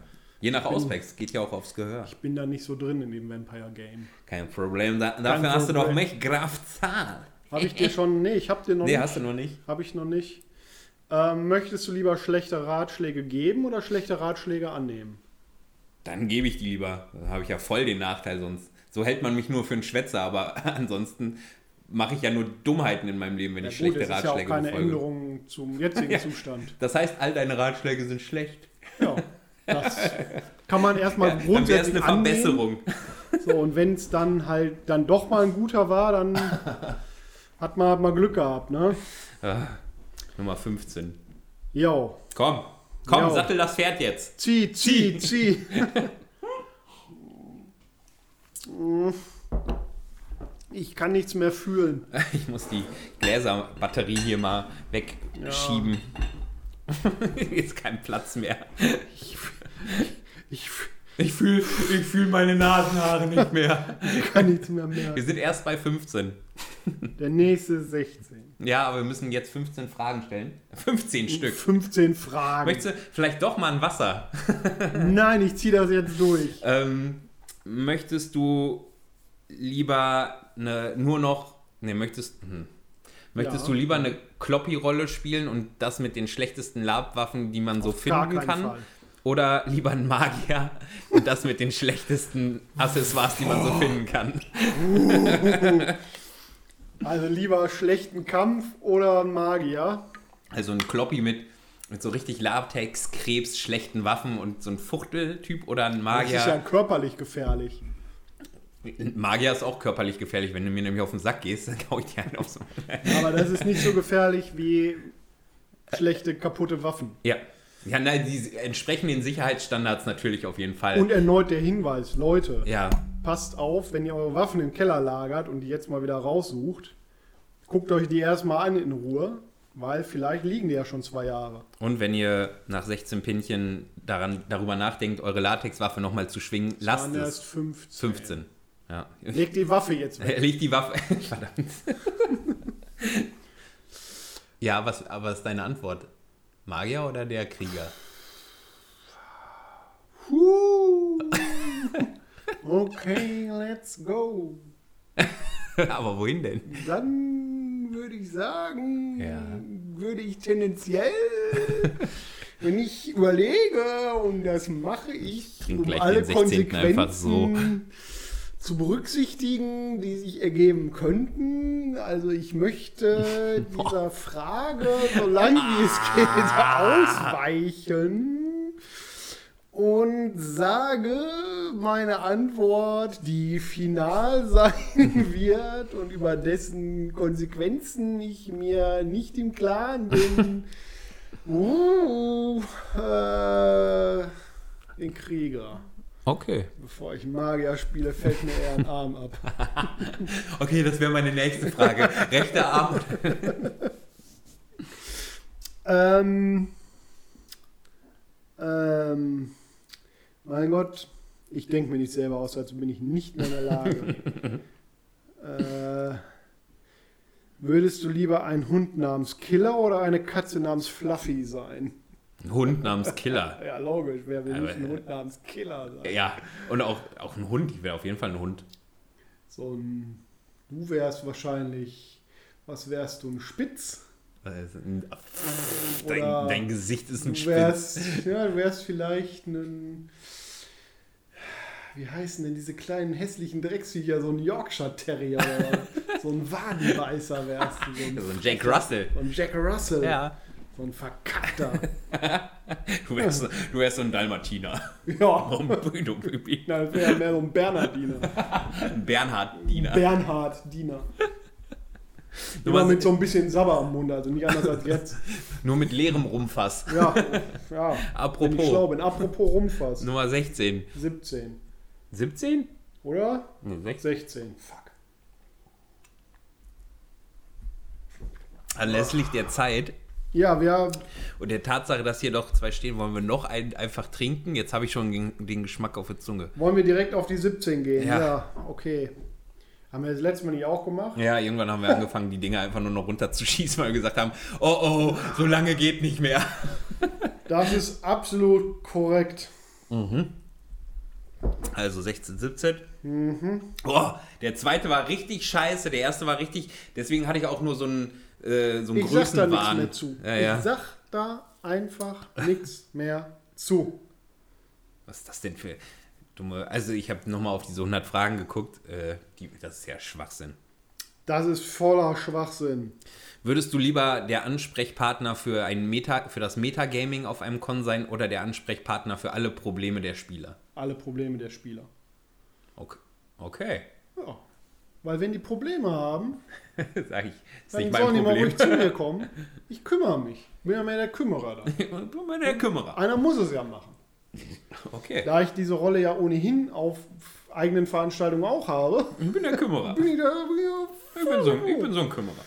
Je nach Auspex, geht ja auch aufs Gehör.
Ich bin da nicht so drin in dem Vampire-Game.
Kein Problem. Da, dafür hast du doch
Problem.
mich, Graf Zahl.
Habe ich dir schon. Nee, ich habe dir noch
Nee,
nicht.
hast du noch nicht.
Habe ich noch nicht. Ähm, möchtest du lieber schlechte Ratschläge geben oder schlechte Ratschläge annehmen?
Dann gebe ich die lieber. Dann habe ich ja voll den Nachteil sonst. So hält man mich nur für einen Schwätzer, aber ansonsten mache ich ja nur Dummheiten in meinem Leben, wenn ich schlechte
es ist ja auch
Ratschläge
keine
befolge.
Änderung zum jetzigen
Ja.
Zustand.
Das heißt, all deine Ratschläge sind schlecht.
Ja, das kann man erstmal
Dann wäre es
grundsätzlich
eine
annehmen.
Verbesserung.
So, und wenn es dann halt dann doch mal ein guter war, dann hat man, hat man Glück gehabt, ne?
Ah, Nummer 15.
Jo,
Komm, komm,
Ja.
sattel das Pferd jetzt.
zieh, zieh, zieh. ich kann nichts mehr fühlen.
Ich muss die Gläserbatterie hier mal wegschieben. Ist kein Platz mehr.
Ich
Ich fühle ich fühl meine Nasenhaare nicht mehr.
kann nichts mehr merken.
Wir sind erst bei 15.
Der nächste ist 16.
Ja, aber wir müssen jetzt 15 Fragen stellen. 15 Stück.
15 Fragen.
Möchtest du vielleicht doch mal ein Wasser?
Nein, ich ziehe das jetzt durch.
Ähm, möchtest du lieber eine, nur noch. Ne, möchtest. Hm. Möchtest
Ja.
du lieber eine Kloppi-Rolle spielen und das mit den schlechtesten Labwaffen, die man so
Gar
finden
keinen
kann?
Fall.
Oder lieber ein Magier und das mit den schlechtesten Accessoires, die man so finden kann?
Also lieber schlechten Kampf oder ein Magier.
Also ein Kloppi mit, mit so richtig Latex, Krebs, schlechten Waffen und so ein Fuchteltyp oder ein
Das ist ja
Magier.
körperlich gefährlich.
Ein Magier ist auch körperlich gefährlich. Wenn du mir nämlich auf den Sack gehst, dann hau ich dir einen auf so.
Aber das ist nicht so gefährlich wie schlechte, kaputte Waffen.
Ja. Ja, nein, die entsprechen den Sicherheitsstandards natürlich auf jeden Fall.
Und erneut der Hinweis, Leute,
ja,
passt auf, wenn ihr eure Waffen im Keller lagert und die jetzt mal wieder raussucht, guckt euch die erstmal an in Ruhe, weil vielleicht liegen die ja schon zwei Jahre.
und wenn ihr nach 16 Pinchen daran, darüber nachdenkt, eure Latexwaffe nochmal zu schwingen, lasst
Waren erst
es.
15.
15. Ja.
Legt die Waffe jetzt weg.
Leg die Waffe. Verdammt. ja, was, aber was ist deine Antwort? Magier oder der Krieger?
Huh. Okay, let's go.
aber wohin denn?
Dann würde ich sagen,
Ja.
würde ich tendenziell, wenn ich überlege, und das mache ich,
trink
um
gleich
alle
den 16.
Konsequenzen
einfach so.
zu berücksichtigen, die sich ergeben könnten. Also ich möchte dieser Frage, solange wie es
Ah.
geht, ausweichen. Und sage meine Antwort, die final sein wird und über dessen Konsequenzen ich mir nicht im Klaren bin. Uh, äh, den Krieger.
Okay.
Bevor ich einen Magier spiele, fällt mir eher ein Arm ab.
Okay, das wäre meine nächste Frage. Rechter Arm.
Ähm, ähm, mein Gott, ich denke mir nicht selber aus, dazu bin ich nicht mehr in der Lage. äh, würdest du lieber ein Hund namens Killer oder eine Katze namens Fluffy sein?
Ein Hund namens Killer.
Ja, logisch, wer will
Aber,
nicht ein
äh,
Hund namens Killer sein?
Ja, und auch, auch ein Hund. Ich wäre auf jeden Fall ein Hund.
So ein, du wärst wahrscheinlich, was wärst du, ein Spitz?
Also ein-
Oder
Dein, dein Gesicht ist ein
Du
Spitz.
wärst, ja, du wärst vielleicht ein. Wie heißen denn diese kleinen hässlichen Drecksviecher? So ein Yorkshire Terrier oder was? so ein Wadenbeißer wärst du. So ein,
So ein Jack Russell.
so ein Jack Russell.
Ja.
So ein Verkackter.
Du wärst, du wärst so ein Dalmatiner.
ja.
Ein
Na, das wäre ja mehr so ein Bernhard-Diener.
Bernhard-Diener.
Bernhard-Diener. Immer mit so ein bisschen Sabber am Mund, also nicht anders als jetzt.
Nur mit leerem Rumfass.
Ja, ja. Wenn ich schlau
Apropos,
bin. Apropos Rumfass.
Nummer 16.
17.
17?
Oder?
Nee, 16.
16. Fuck.
Anlässlich der Zeit
Ja, wir.
und der Tatsache, dass hier noch zwei stehen, wollen wir noch einen einfach trinken. Jetzt habe ich schon den, den Geschmack auf der Zunge.
Wollen wir direkt auf die 17 gehen?
Ja.
Ja, okay. Haben wir das letzte Mal nicht auch gemacht?
Ja, irgendwann haben wir angefangen, die Dinger einfach nur noch runterzuschießen, weil wir gesagt haben, oh oh, so lange geht nicht mehr.
Das ist absolut korrekt.
Also 16, 17.
Mhm.
Boah, der zweite war richtig scheiße, der erste war richtig, deswegen hatte ich auch nur so einen, äh, so einen
Ich sag da nichts
Größenwahn.
mehr zu.
Ja, ja.
Ich sag da einfach nichts mehr zu.
Was ist das denn für dumme... Also ich habe nochmal auf diese 100 Fragen geguckt. Äh, die, das ist ja Schwachsinn.
Das ist voller Schwachsinn.
Würdest du lieber der Ansprechpartner für, ein Meta, für das Metagaming auf einem Con sein oder der Ansprechpartner für alle Probleme der Spieler?
Alle Probleme der Spieler.
Okay. okay.
Ja. Weil wenn die Probleme haben,
Sag ich. Ist
dann
nicht mein
sollen die mal
Problem.
ruhig zu mir kommen. Ich kümmere mich. Bin ja mehr der Kümmerer da.
Bin mal der Kümmerer.
Einer muss es ja machen.
Okay.
Da ich diese Rolle ja ohnehin auf eigenen Veranstaltungen auch habe,
Ich bin der Kümmerer.
bin ich da. Bin ich da
Ich bin so, ein- ich bin so ein Kümmerer.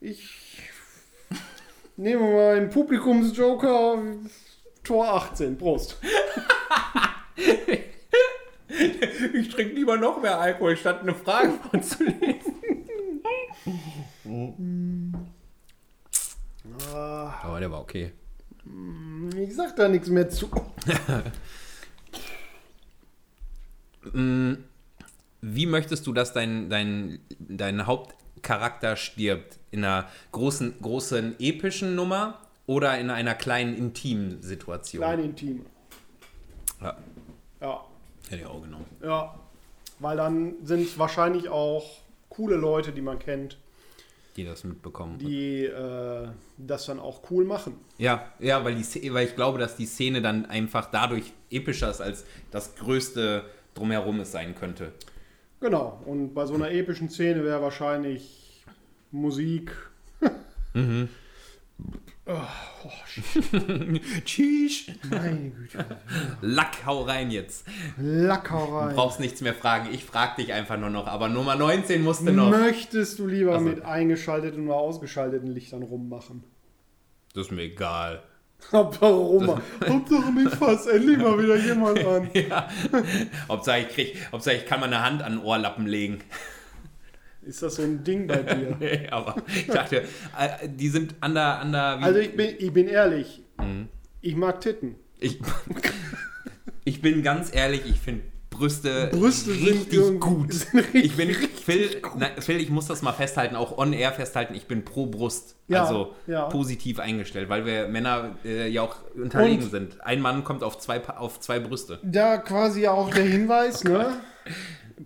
Ich nehme mal einen Publikumsjoker. Tor 18. Prost.
Ich trinke lieber noch mehr Alkohol, statt eine Frage vorzulesen.
Ah,
Aber der war okay.
Ich sag da nichts mehr zu.
Wie möchtest du, dass dein, dein, dein Hauptcharakter stirbt? In einer großen, großen epischen Nummer oder in einer kleinen intimen Situation?
Kleine Intime.
Ja,
Ja,
hätte ich auch genommen.
ja. Weil dann sind es wahrscheinlich auch coole Leute, die man kennt,
Die das mitbekommen.
die äh, das dann auch cool machen.
ja, ja weil, die, Szene- weil ich glaube, dass die Szene dann einfach dadurch epischer ist, als das größte Drumherum es sein könnte.
Genau. Und bei so einer epischen Szene wäre wahrscheinlich Musik. oh, oh, shit.
Tschüss.
meine Güte.
Lack, hau rein jetzt.
Lackerei.
brauchst nichts mehr fragen. Ich frag dich einfach nur noch. Aber Nummer 19 musste noch.
Möchtest du lieber
Genau. Also-
mit eingeschalteten oder ausgeschalteten Lichtern rummachen?
Das ist mir egal.
Warum? Hauptsache mich fasst endlich mal wieder jemand an.
Ja. Hauptsache ich, krieg, Hauptsache ich kann meine Hand an Ohrlappen legen.
Ist das so ein Ding bei dir?
Nee, aber ich dachte, äh, die sind under, under. Wie,
Also ich bin, ich bin ehrlich,
Mhm.
ich mag Titten.
ich, ich bin ganz ehrlich, ich finde Brüste,
Brüste sind
richtig
irgendwie-
gut.
sind richtig,
ich bin, Phil, na, Phil, ich muss das mal festhalten, auch on air festhalten, ich bin pro Brust.
Ja,
also
ja.
positiv eingestellt, weil wir Männer äh, ja auch unterlegen
Und-
sind. Ein Mann kommt auf zwei, Pa- auf zwei Brüste.
Da quasi auch der Hinweis, ne?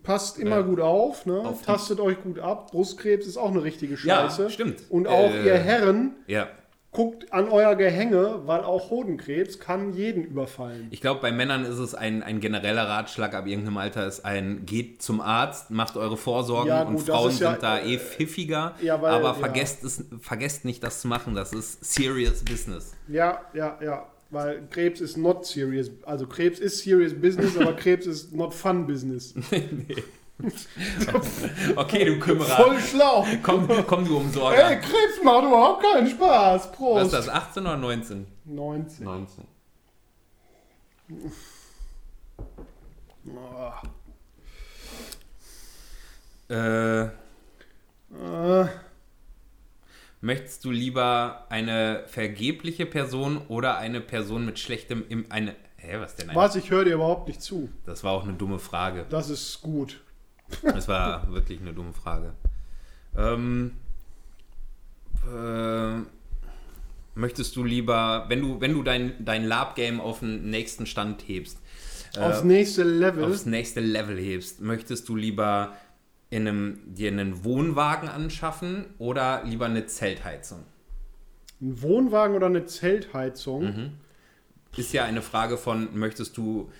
Passt immer
Ja.
gut auf, ne?
Auf die-
Tastet euch gut ab. Brustkrebs ist auch eine richtige
Ja,
Scheiße.
stimmt.
Und auch
Äh.
ihr Herren,
Ja.
guckt an euer Gehänge, weil auch Hodenkrebs kann jeden überfallen.
Ich glaube, bei Männern ist es ein, ein genereller Ratschlag ab irgendeinem Alter, ist ein, geht zum Arzt, macht eure Vorsorgen
Ja,
und
gut, das
Frauen
ist ja- äh,
sind da eh pfiffiger,
Ja, weil-
aber
ja.
vergesst, es, vergesst nicht, das zu machen, das ist serious business.
Ja, ja, ja. Weil Krebs ist not serious. Also Krebs ist serious business, aber Krebs ist not fun business.
Okay, du Kümmerer,
Voll schlau.
komm, komm du um Umsorger.
Ey, Krebs macht überhaupt keinen Spaß.
Was
Prost.
ist das, 18 oder 19?
19.
19.
Ah.
Äh,
Äh,
möchtest du lieber eine vergebliche Person oder eine Person mit schlechtem... Im, eine, hä, was denn? Eine,
was? Ich höre dir überhaupt nicht zu.
Das war auch eine dumme Frage.
Das ist gut.
Das war wirklich eine dumme Frage. Ähm, äh, möchtest du lieber, wenn du, wenn du dein, dein Lab-Game auf den nächsten Stand hebst,
Aufs
äh,
nächste Level.
aufs nächste Level hebst, möchtest du lieber in einem, dir einen Wohnwagen anschaffen oder lieber eine Zeltheizung?
Ein Wohnwagen oder eine Zeltheizung?
Mhm. Ist ja eine Frage äh, von, möchtest du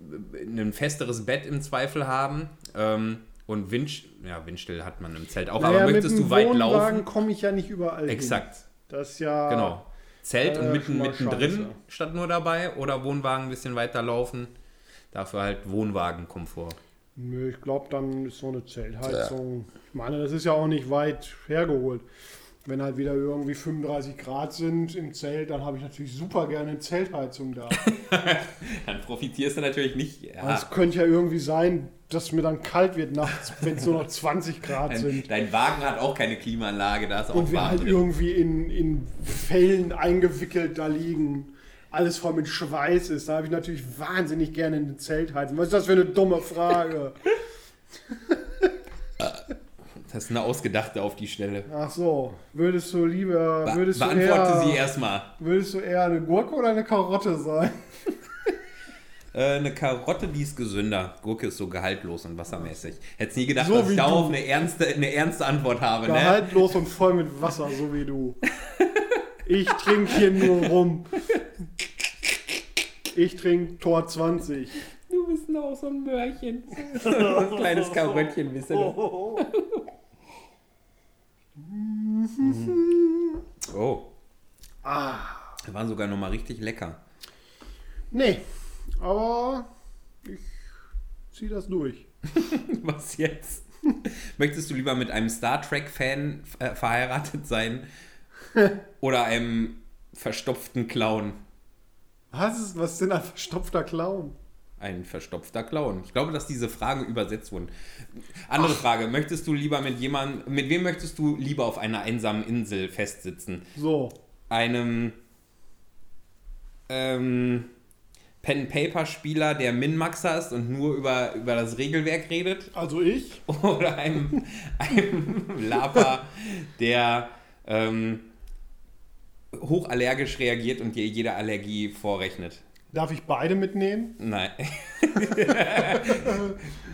ein festeres Bett im Zweifel haben ähm, Und Wind, ja, Windstill hat man im Zelt auch,
Naja,
aber
mit
möchtest
dem
du weit
Wohnwagen
laufen?
komme ich ja nicht überall hin.
Exakt,
Das ist ja...
genau. Zelt
äh,
und mitten,
schon mal
mittendrin
scheiße.
statt nur dabei oder Wohnwagen ein bisschen weiter laufen. Dafür halt Wohnwagenkomfort.
Nö, ich glaube, dann ist so eine Zeltheizung. Ich meine, das ist ja auch nicht weit hergeholt. Wenn halt wieder irgendwie 35 Grad sind im Zelt, dann habe ich natürlich super gerne eine Zeltheizung da.
Dann profitierst du natürlich nicht.
Aber
Ja,
Es könnte ja irgendwie sein, dass mir dann kalt wird nachts, wenn es nur noch 20 Grad
dein,
sind.
dein Wagen hat auch keine Klimaanlage, da ist auch
Und wir
warm
halt
drin.
irgendwie in, in Fellen eingewickelt da liegen. Alles voll mit Schweiß ist. Da habe ich natürlich wahnsinnig gerne eine Zeltheizung. Was ist das für eine dumme Frage?
Das ist eine ausgedachte auf die Stelle.
Ach so, würdest du lieber...
Be
Würdest du
beantworte
eher,
sie erstmal.
Würdest du eher eine Gurke oder eine Karotte sein?
Äh, eine Karotte, die ist gesünder. Gurke ist so gehaltlos und wassermäßig. Hättest nie gedacht,
So
dass
wie
ich darauf
du. halt
eine ernste, eine ernste Antwort habe. Ne?
Gehaltlos und voll mit Wasser, so wie du. Ich trinke hier nur rum. Ich trinke Tor 20.
Du bist auch so ein Möhrchen. so ein kleines Karöttchen, wisst ihr. doch. Oh,
Ah.
die waren sogar nochmal richtig lecker.
Nee, aber ich zieh das durch.
Was jetzt? Möchtest du lieber mit einem Star Trek-Fan äh, verheiratet sein oder einem verstopften Clown?
Was ist, was ist denn ein verstopfter Clown?
Ein verstopfter Clown. Ich glaube, dass diese Fragen übersetzt wurden. Andere Frage: Möchtest du lieber mit jemandem, mit wem möchtest du lieber auf einer einsamen Insel festsitzen?
So,
Einem ähm, Pen-Paper-Spieler, der Min-Maxer ist und nur über, über das Regelwerk redet?
also ich?
Oder einem, einem Laper, der ähm, hochallergisch reagiert und dir jede Allergie vorrechnet?
Darf ich beide mitnehmen?
Nein.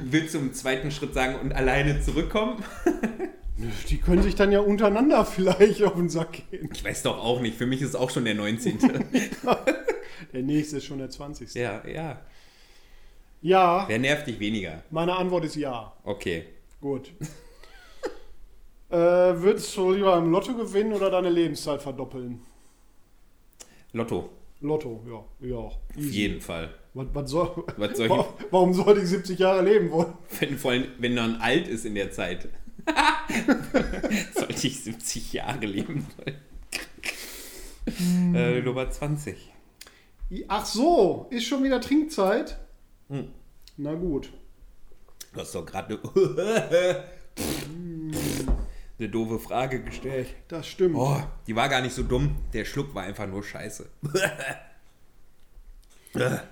Willst du im zweiten Schritt sagen und alleine zurückkommen?
Die können sich dann ja untereinander vielleicht auf den Sack gehen.
Ich weiß doch auch nicht. Für mich ist es auch schon der 19.
Der nächste ist schon der 20.
ja, ja.
Ja,
Wer nervt dich weniger?
meine Antwort ist ja.
Okay.
Gut. äh, würdest du lieber im Lotto gewinnen oder deine Lebenszeit verdoppeln?
Lotto.
Lotto, ja. ja.
Auf jeden Fall.
Was, was soll,
Was soll
warum, warum sollte ich 70 Jahre leben wollen?
ich, wenn, vor allem, wenn man alt ist in der Zeit, sollte ich 70 Jahre leben wollen. äh, Nummer 20.
Ach so, ist schon wieder Trinkzeit?
Hm.
Na gut.
Du hast doch gerade eine, eine doofe Frage gestellt.
Das stimmt.
Oh, die war gar nicht so dumm. Der Schluck war einfach nur scheiße.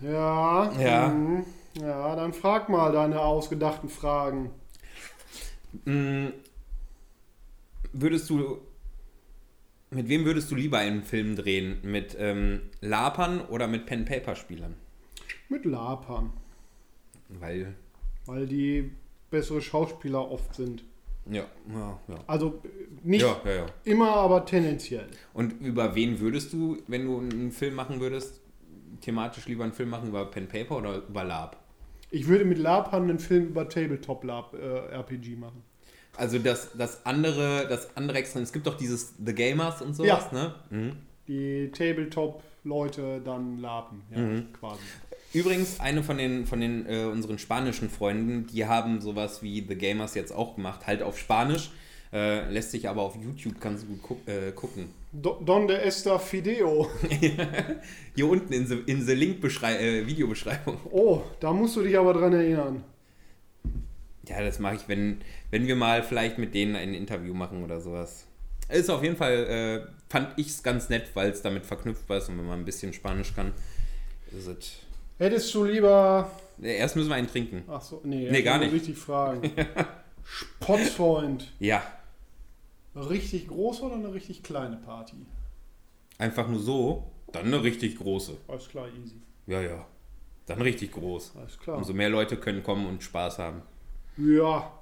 Ja.
Ja.
mhm. Ja, dann frag mal deine ausgedachten Fragen.
Mm, Würdest du. Mit wem würdest du lieber einen Film drehen? Mit ähm, Lapern oder mit Pen-Paper-Spielern?
Mit Lapern,
Weil.
weil die bessere Schauspieler oft sind.
Ja, ja, ja.
Also äh, nicht
Ja, ja, ja.
immer, aber tendenziell.
Und über wen würdest du, wenn du einen Film machen würdest, thematisch lieber einen Film machen über Pen-Paper oder über Lab?
Ich würde mit Lapan einen Film über Tabletop Lab, äh, RPG machen.
Also das, das andere, das andere Extrem, es gibt doch dieses The Gamers und sowas, ne? Mhm.
Die Tabletop Leute dann lapen, ja,
Mhm.
quasi.
Übrigens, eine von den, von den äh, unseren spanischen Freunden, die haben sowas wie The Gamers jetzt auch gemacht, halt auf Spanisch, äh, lässt sich aber auf YouTube ganz gut guck, äh, gucken.
Do Donde esta Fideo?
Hier unten in the, in the Link beschrei äh, Videobeschreibung.
Oh, da musst du dich aber dran erinnern.
Ja, das mache ich, wenn, wenn wir mal vielleicht mit denen ein Interview machen oder sowas. Ist auf jeden Fall, äh, fand ich es ganz nett, weil es damit verknüpft war und wenn man ein bisschen Spanisch kann, ist es.
Hättest du lieber.
Äh, Erst müssen wir einen trinken.
Ach so, nee,
Nee,
ich
gar
muss
nicht.
richtig fragen. Spottfreund.
Ja,
Richtig groß oder eine richtig kleine Party?
einfach nur so, dann eine richtig große.
Alles klar, easy.
Ja, ja. Dann richtig groß.
Alles klar.
Umso mehr Leute können kommen und Spaß haben.
Ja.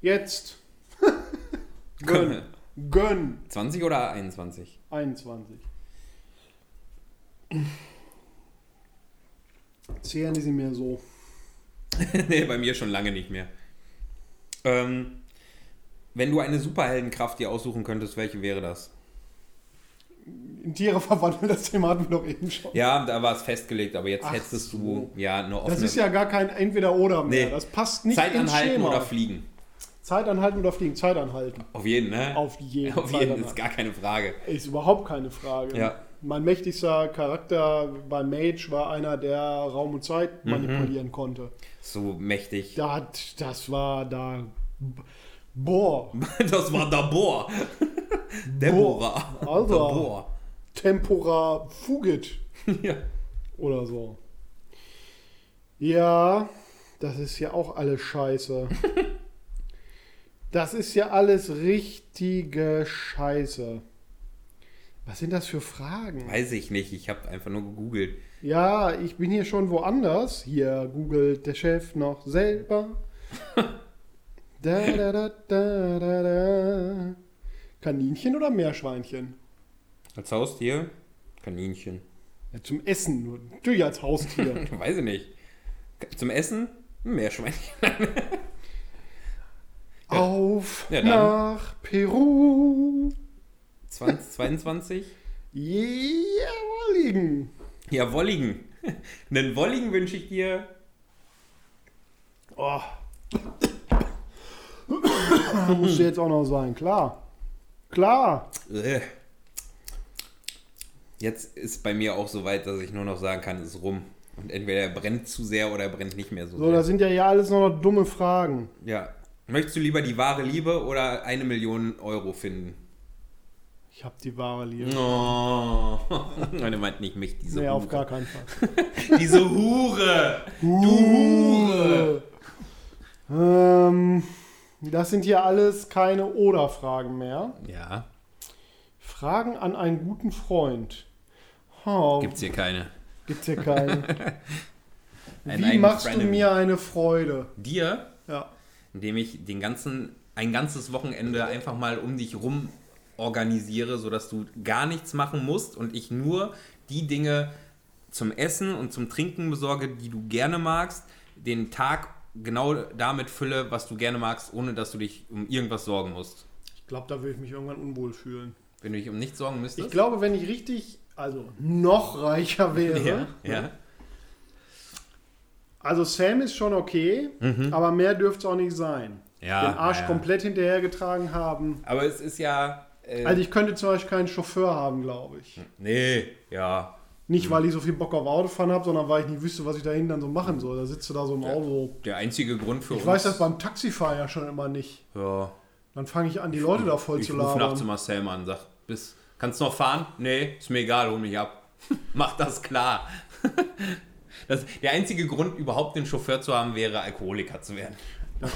Jetzt. Gönn. Gönn.
20 oder 21?
21. Zählen die sie mir so.
nee, bei mir schon lange nicht mehr. Ähm, wenn du eine Superheldenkraft dir aussuchen könntest, welche wäre das?
In Tiere verwandeln, das Thema hatten wir doch eben schon.
Ja, da war es festgelegt, aber jetzt
Ach
hättest
so.
du ja eine offene
Das ist ja gar kein Entweder-Oder mehr.
Nee.
Das passt nicht
Zeit
ins
anhalten
Schema.
oder fliegen.
Zeit anhalten oder fliegen. Zeit anhalten.
Auf jeden, ne?
Auf jeden
Auf
Zeit
jeden
anhalten.
ist gar keine Frage.
Ist überhaupt keine Frage.
Ja.
Mein mächtigster Charakter bei Mage war einer, der Raum und Zeit
Mhm.
manipulieren konnte.
So mächtig.
Da hat, das war da. Boah,
Das war Dabor. Deborah.
Alter.
Dabor.
Tempora Fugit
Ja.
oder so. Ja, das ist ja auch alles Scheiße. das ist ja alles richtige Scheiße. Was sind das für Fragen?
Weiß ich nicht, ich habe einfach nur gegoogelt.
Ja, ich bin hier schon woanders. Hier googelt der Chef noch selber. da, da, da, da, da, da. Kaninchen oder Meerschweinchen?
Als Haustier? Kaninchen.
Ja, zum Essen, nur natürlich als Haustier.
Weiß ich nicht. Zum Essen? Ein Meerschweinchen.
Auf
Ja, dann.
nach Peru.
20, 22?
Yeah, Wolligen.
Ja, Wolligen. Einen Wolligen wünsche ich dir.
Oh. Das musste jetzt auch noch sein, klar. Klar.
Äh. Jetzt ist bei mir auch so weit, dass ich nur noch sagen kann, es ist rum. Und entweder er brennt zu sehr oder er brennt nicht mehr so,
So,
sehr.
das sind ja hier alles nur noch dumme Fragen.
Ja. Möchtest du lieber die wahre Liebe oder eine Million Euro finden?
Ich hab die wahre Liebe.
Oh. Meine meint nicht mich, diese
Mhm. Nee, auf
Hure.
gar keinen Fall.
Diese Hure. Du
Äh.
Hure.
Ähm, das sind hier alles keine Oder-Fragen mehr.
Ja,
Fragen an einen guten Freund. Oh,
gibt's hier keine.
gibt's hier keine.
Ein
Wie
eigenes
machst du
Frenemy.
mir eine Freude?
Dir
Ja.
indem ich den ganzen, ein ganzes Wochenende einfach mal um dich rum organisiere, sodass du gar nichts machen musst und ich nur die Dinge zum Essen und zum Trinken besorge, die du gerne magst, den Tag genau damit fülle, was du gerne magst, ohne dass du dich um irgendwas sorgen musst.
Ich glaube, da würde ich mich irgendwann unwohl fühlen.
Wenn du dich um nichts sorgen
Ich
müsstest.
glaube, wenn ich richtig, also noch reicher wäre.
ja, ja.
Also Sam ist schon okay, aber mehr dürfte es auch nicht sein.
Mhm. Ja,
Den Arsch
ja.
komplett hinterhergetragen haben.
Aber es ist ja. Mhm. Äh,
Also ich könnte zum Beispiel keinen Chauffeur haben, glaube ich.
nee, ja.
Nicht,
Mhm.
weil ich so viel Bock auf Autofahren habe, sondern weil ich nicht wüsste, was ich da hinten dann so machen soll. Da sitzt du da so im Auto.
Der einzige Grund für
Ich
uns.
weiß das beim Taxifahren ja schon immer nicht.
ja.
Dann fange ich an, die Leute da voll
ich
zu
ruf nachts um-
labern.
immer Sam an, sag, bis, kannst noch fahren? Nee, ist mir egal, hol mich ab. Mach das klar. Das, der einzige Grund, überhaupt den Chauffeur zu haben, wäre, Alkoholiker zu werden.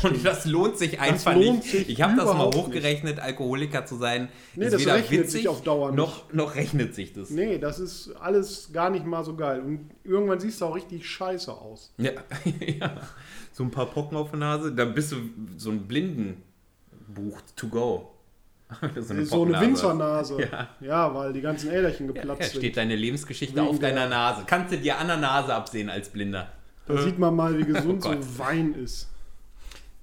und das lohnt sich einfach
lohnt
nicht.
sich
ich habe das mal
überhaupt
hochgerechnet, Alkoholiker zu sein,
Nee,
ist
das
weder
rechnet
witzig,
sich auf Dauer nicht.
noch, noch rechnet sich das.
Nee, das ist alles gar nicht mal so geil. Und irgendwann siehst du auch richtig scheiße aus.
Ja. ja. So ein paar Pocken auf der Nase, dann bist du so ein Blindenbuch to go. so
so eine
Pockennase.
Winzernase.
Ja.
Ja. weil die ganzen Äderchen
Ja,
geplatzt
steht
sind.
deine Lebensgeschichte
Wegen
auf
der-
deiner Nase. Kannst du dir an der Nase absehen als Blinder?
Da sieht man mal, wie gesund
Äh. Oh Gott.
so Wein ist.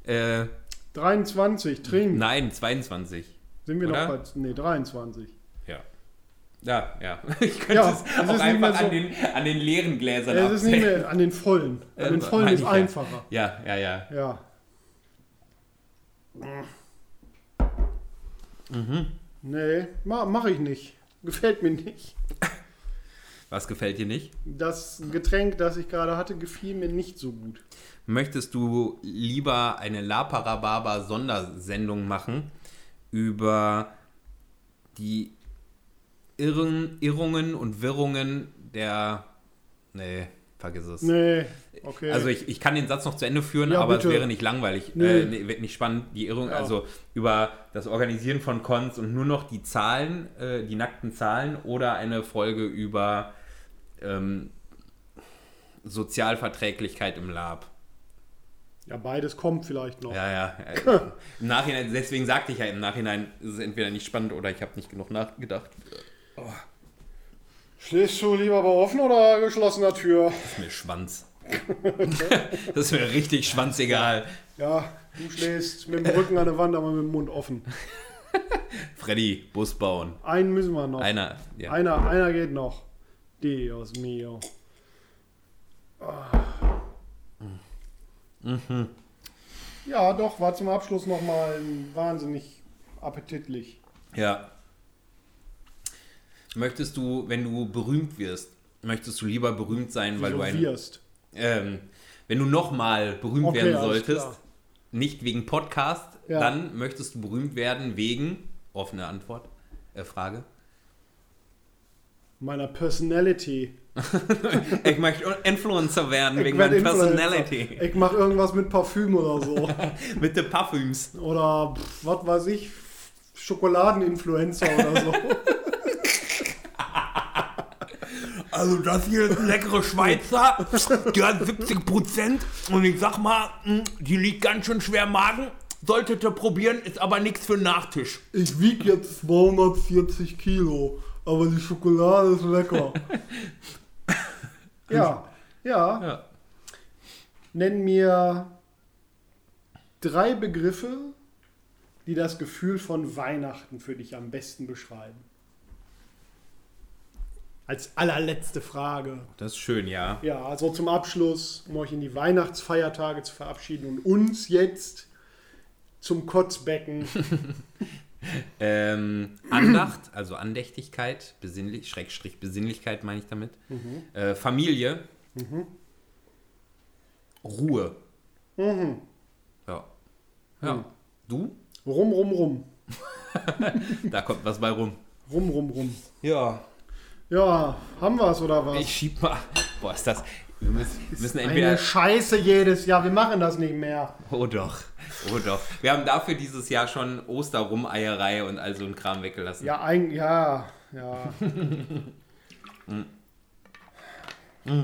Äh,
23, trinken.
nein, 22.
Sind wir
oder?
noch bei. Nee, 23.
Ja. Ja, ja. Ich könnte
Ja,
es
es ist
auch
nicht
einfach
mehr so-
an, den, an den leeren Gläsern
Äh, Es ist nicht
absehen.
mehr an den vollen.
Äh,
An den vollen
meine
ist
ich
einfacher.
Ja, ja, ja. ja.
Ja.
Mhm.
Nee, ma mach ich nicht. Gefällt mir nicht.
Was gefällt dir nicht?
Das Getränk, das ich gerade hatte, gefiel mir nicht so gut.
Möchtest du lieber eine La Parababa Sondersendung machen über die Irren, Irrungen und Wirrungen der... Nee, vergiss es.
Nee, okay.
Also ich, ich kann den Satz noch zu Ende führen,
Ja,
aber es
bitte.
wäre nicht langweilig,
Nee.
äh, nee, wird nicht spannend. Die Irrung,
Ja.
also über das Organisieren von Cons und nur noch die Zahlen, äh, die nackten Zahlen oder eine Folge über ähm, Sozialverträglichkeit im Lab.
ja, beides kommt vielleicht noch.
Ja, ja. äh, Im Nachhinein, deswegen sagte ich ja, im Nachhinein ist es entweder nicht spannend oder ich habe nicht genug nachgedacht.
Schläfst du lieber bei offener oder geschlossener Tür?
Ist mir Schwanz.
Das wäre richtig schwanzegal.
Ja, du schläfst mit dem Rücken an der Wand, aber mit dem Mund offen.
Freddy, Bus bauen.
Einen müssen wir noch.
Einer. Ja.
Einer, einer geht noch. Dios mio. Ah.
Mhm.
Ja, doch, war zum Abschluss nochmal wahnsinnig appetitlich.
ja. Möchtest du, wenn du berühmt wirst, möchtest du lieber berühmt sein, weil
Wieso
du ein.
wirst.
Ähm, wenn du nochmal berühmt
Okay,
werden
alles
solltest,
klar.
nicht wegen Podcast,
Ja.
dann möchtest du berühmt werden wegen offene Antwort, äh, Frage.
Meiner Personality.
Ich möchte Influencer werden
Ich
wegen
werd
meiner
Influencer.
Personality.
Ich mache irgendwas mit Parfüm oder so.
Mit den Parfüms.
oder pff, was weiß ich, Schokoladeninfluencer oder so.
Also das hier ist ein leckere Schweizer, die hat 70 Prozent und ich sag mal, mh, die liegt ganz schön schwer im Magen. Solltet ihr probieren, ist aber nichts für den Nachtisch.
Ich wiege jetzt 240 Kilo, aber die Schokolade ist lecker. ja, ja.
Ja.
Nenn mir drei Begriffe, die das Gefühl von Weihnachten für dich am besten beschreiben. Als allerletzte Frage.
Das ist schön, ja.
Ja, also zum Abschluss, um euch in die Weihnachtsfeiertage zu verabschieden und uns jetzt zum Kotzbecken.
Ähm, Andacht, also Andächtigkeit, Besinnlich, Schrägstrich Besinnlichkeit meine ich damit. Äh, Familie. Ruhe. Ja. Ja. Du?
Rum, rum, rum.
Da kommt was bei rum.
Rum, rum, rum.
Ja.
Ja, haben wir es oder was?
Ich schieb mal. Boah, ist das. Wir müssen, müssen
Eine
entweder.
Scheiße jedes Jahr, wir machen das nicht mehr.
Oh doch. Oh doch. Wir haben dafür dieses Jahr schon Osterrumeierei und all so ein Kram weggelassen.
Ja, eigentlich, ja, ja.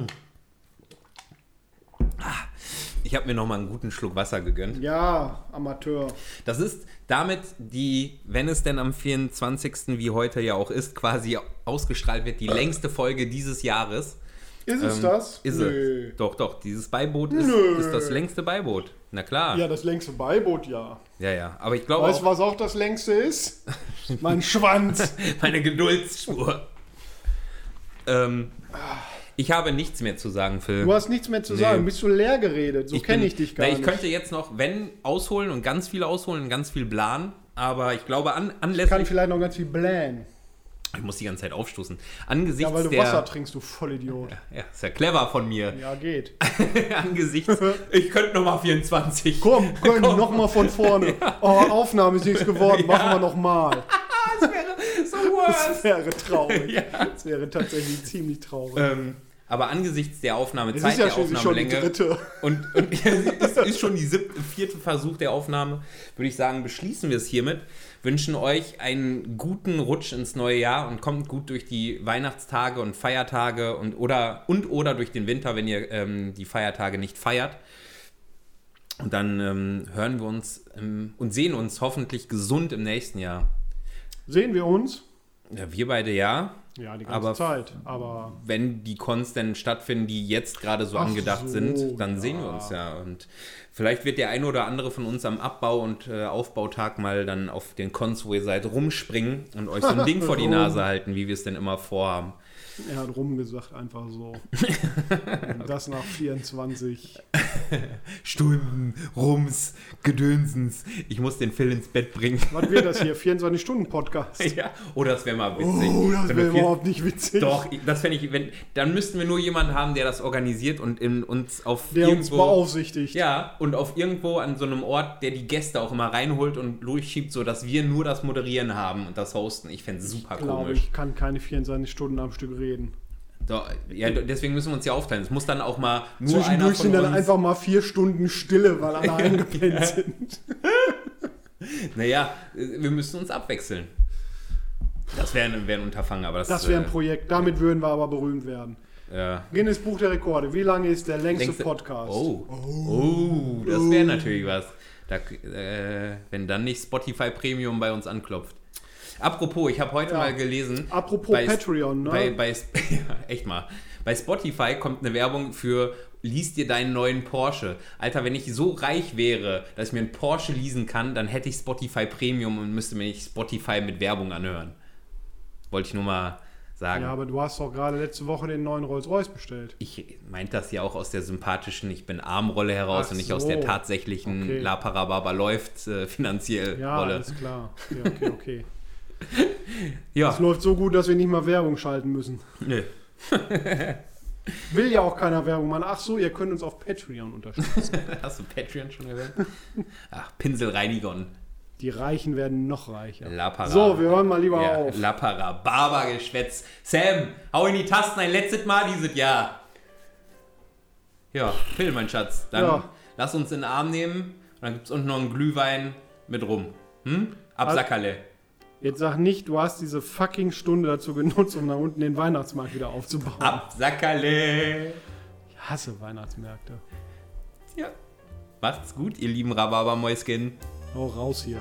Ich habe mir nochmal einen guten Schluck Wasser gegönnt.
Ja, Amateur.
Das ist damit die, wenn es denn am 24. wie heute ja auch ist, quasi ausgestrahlt wird, die längste Folge dieses Jahres.
Äh. Ist es
Ähm,
das?
Ist
Nö.
es. Doch, doch, dieses Beiboot ist,
Nö.
ist das längste Beiboot. Na klar.
Ja,
Ja,
das längste Beiboot, ja.
ja. Aber ich glaube
Weißt du,
auch,
was auch das längste ist? mein Schwanz.
meine
Ah.
Geduldsspur. ähm, ich habe nichts mehr zu sagen, Phil.
Du hast nichts mehr zu
Nee.
sagen, bist du leer geredet. So kenne
bin-
ich dich gar
na, ich
nicht.
könnte jetzt noch, wenn, ausholen und ganz viel ausholen und ganz viel planen. Aber ich glaube, an,
Kann
anlässlich.
vielleicht noch ganz viel blähen.
Ich muss die ganze Zeit aufstoßen. Angesichts
Ja, weil du
der.
Wasser trinkst, du Vollidiot.
ja, ist ja clever von mir.
Ja, geht.
angesichts. Ich könnte nochmal 24.
Komm, Köln, nochmal von vorne. Oh, Aufnahme ist nichts geworden, machen wir nochmal.
So worse.
Das wäre traurig. Das wäre tatsächlich ziemlich traurig.
ähm, aber angesichts der
Es
Aufnahmezeit,
ist ja
der
schließlich schon die
Aufnahmelänge
dritte.
und, und es ist schon die siebte, vierte Versuch der Aufnahme, würde ich sagen, beschließen wir es hiermit. Wünschen euch einen guten Rutsch ins neue Jahr und kommt gut durch die Weihnachtstage und Feiertage und oder, und oder durch den Winter, wenn ihr ähm, die Feiertage nicht feiert. Und dann ähm, hören wir uns ähm, und sehen uns hoffentlich gesund im nächsten Jahr.
Sehen wir uns?
Ja, wir beide ja.
Ja, die ganze
Aber-
Zeit. Aber
wenn die Cons denn stattfinden, die jetzt gerade so
Ach
angedacht
so,
sind, dann
ja.
sehen wir uns ja. Und vielleicht wird der eine oder andere von uns am Abbau- und äh, Aufbautag mal dann auf den Cons, wo ihr seid, rumspringen und euch so ein Ding vor die
Rum.
Nase halten, wie wir es denn immer vorhaben.
er hat rumgesagt, einfach so. Und das nach 24.
Stunden, Rums, Gedönsens. Ich muss den Phil ins Bett bringen.
Was wird das hier? 24-Stunden-Podcast?
ja. Oh, das wäre mal witzig.
Oh, das
Wenn
wäre
wir vier-
überhaupt nicht witzig.
Doch, ich- das fände ich, wenn, dann müssten wir nur jemanden haben, der das organisiert und in, uns auf
Der uns
irgendwo-
beaufsichtigt.
Ja, und auf irgendwo an so einem Ort, der die Gäste auch immer reinholt und durchschiebt, sodass wir nur das Moderieren haben und das Hosten. Ich fände es super
Glaube
komisch.
ich, kann keine 24 Stunden am Stück reden.
Doch, ja, do- deswegen müssen wir uns ja aufteilen. Es muss dann auch mal nur einer
Zwischendurch
von
sind dann
uns...
einfach mal vier Stunden Stille, weil alle eingepennt sind.
Naja, äh, wir müssen uns abwechseln. Das wäre ein, wär ein Unterfangen, aber das...
Das wäre ein Projekt. Damit würden wir aber berühmt werden.
äh, ja.
Guinness Buch der Rekorde. Wie lange ist der längste
Längste-
Podcast?
Oh, oh, das wäre natürlich was. Da, äh, wenn dann nicht Spotify Premium bei uns anklopft. Apropos, ich habe heute
Ja.
mal gelesen...
Apropos
bei-
Patreon, ne?
Bei, bei, Sp- ja, echt mal. Bei Spotify kommt eine Werbung für liest dir deinen neuen Porsche. Alter, wenn ich so reich wäre, dass ich mir einen Porsche leasen kann, dann hätte ich Spotify Premium und müsste mir nicht Spotify mit Werbung anhören. Wollte ich nur mal sagen.
Ja, aber du hast doch gerade letzte Woche den neuen Rolls-Royce bestellt.
Ich meinte das ja auch aus der sympathischen Ich bin Armrolle heraus
Ach
und nicht
so.
aus der tatsächlichen
Okay.
La Parababa läuft äh, finanziell
Ja,
Rolle.
alles klar. Okay, okay, okay.
Ja,
Es läuft so gut, dass wir nicht mal Werbung schalten müssen.
nö.
Will ja auch keiner Werbung machen. Ach so, ihr könnt uns auf Patreon unterstützen.
Hast du Patreon schon erwähnt? Ach, Pinselreiniger und
Die Reichen werden noch reicher.
La Parababa.
So, wir hören mal lieber
ja,
auf.
La Parababa geschwätzt. Sam, hau in die Tasten ein letztes Mal dieses Jahr. Ja, Phil, mein Schatz. Dann
Ja.
lass uns in den Arm nehmen und dann gibt's unten noch einen Glühwein mit rum. Hm? Absackerle.
Jetzt sag nicht, du hast diese fucking Stunde dazu genutzt, um da unten den Weihnachtsmarkt wieder aufzubauen.
Absackerle.
Ich hasse Weihnachtsmärkte.
Ja. Macht's gut, ihr lieben Rhabarbermäuschen.
Hau raus hier.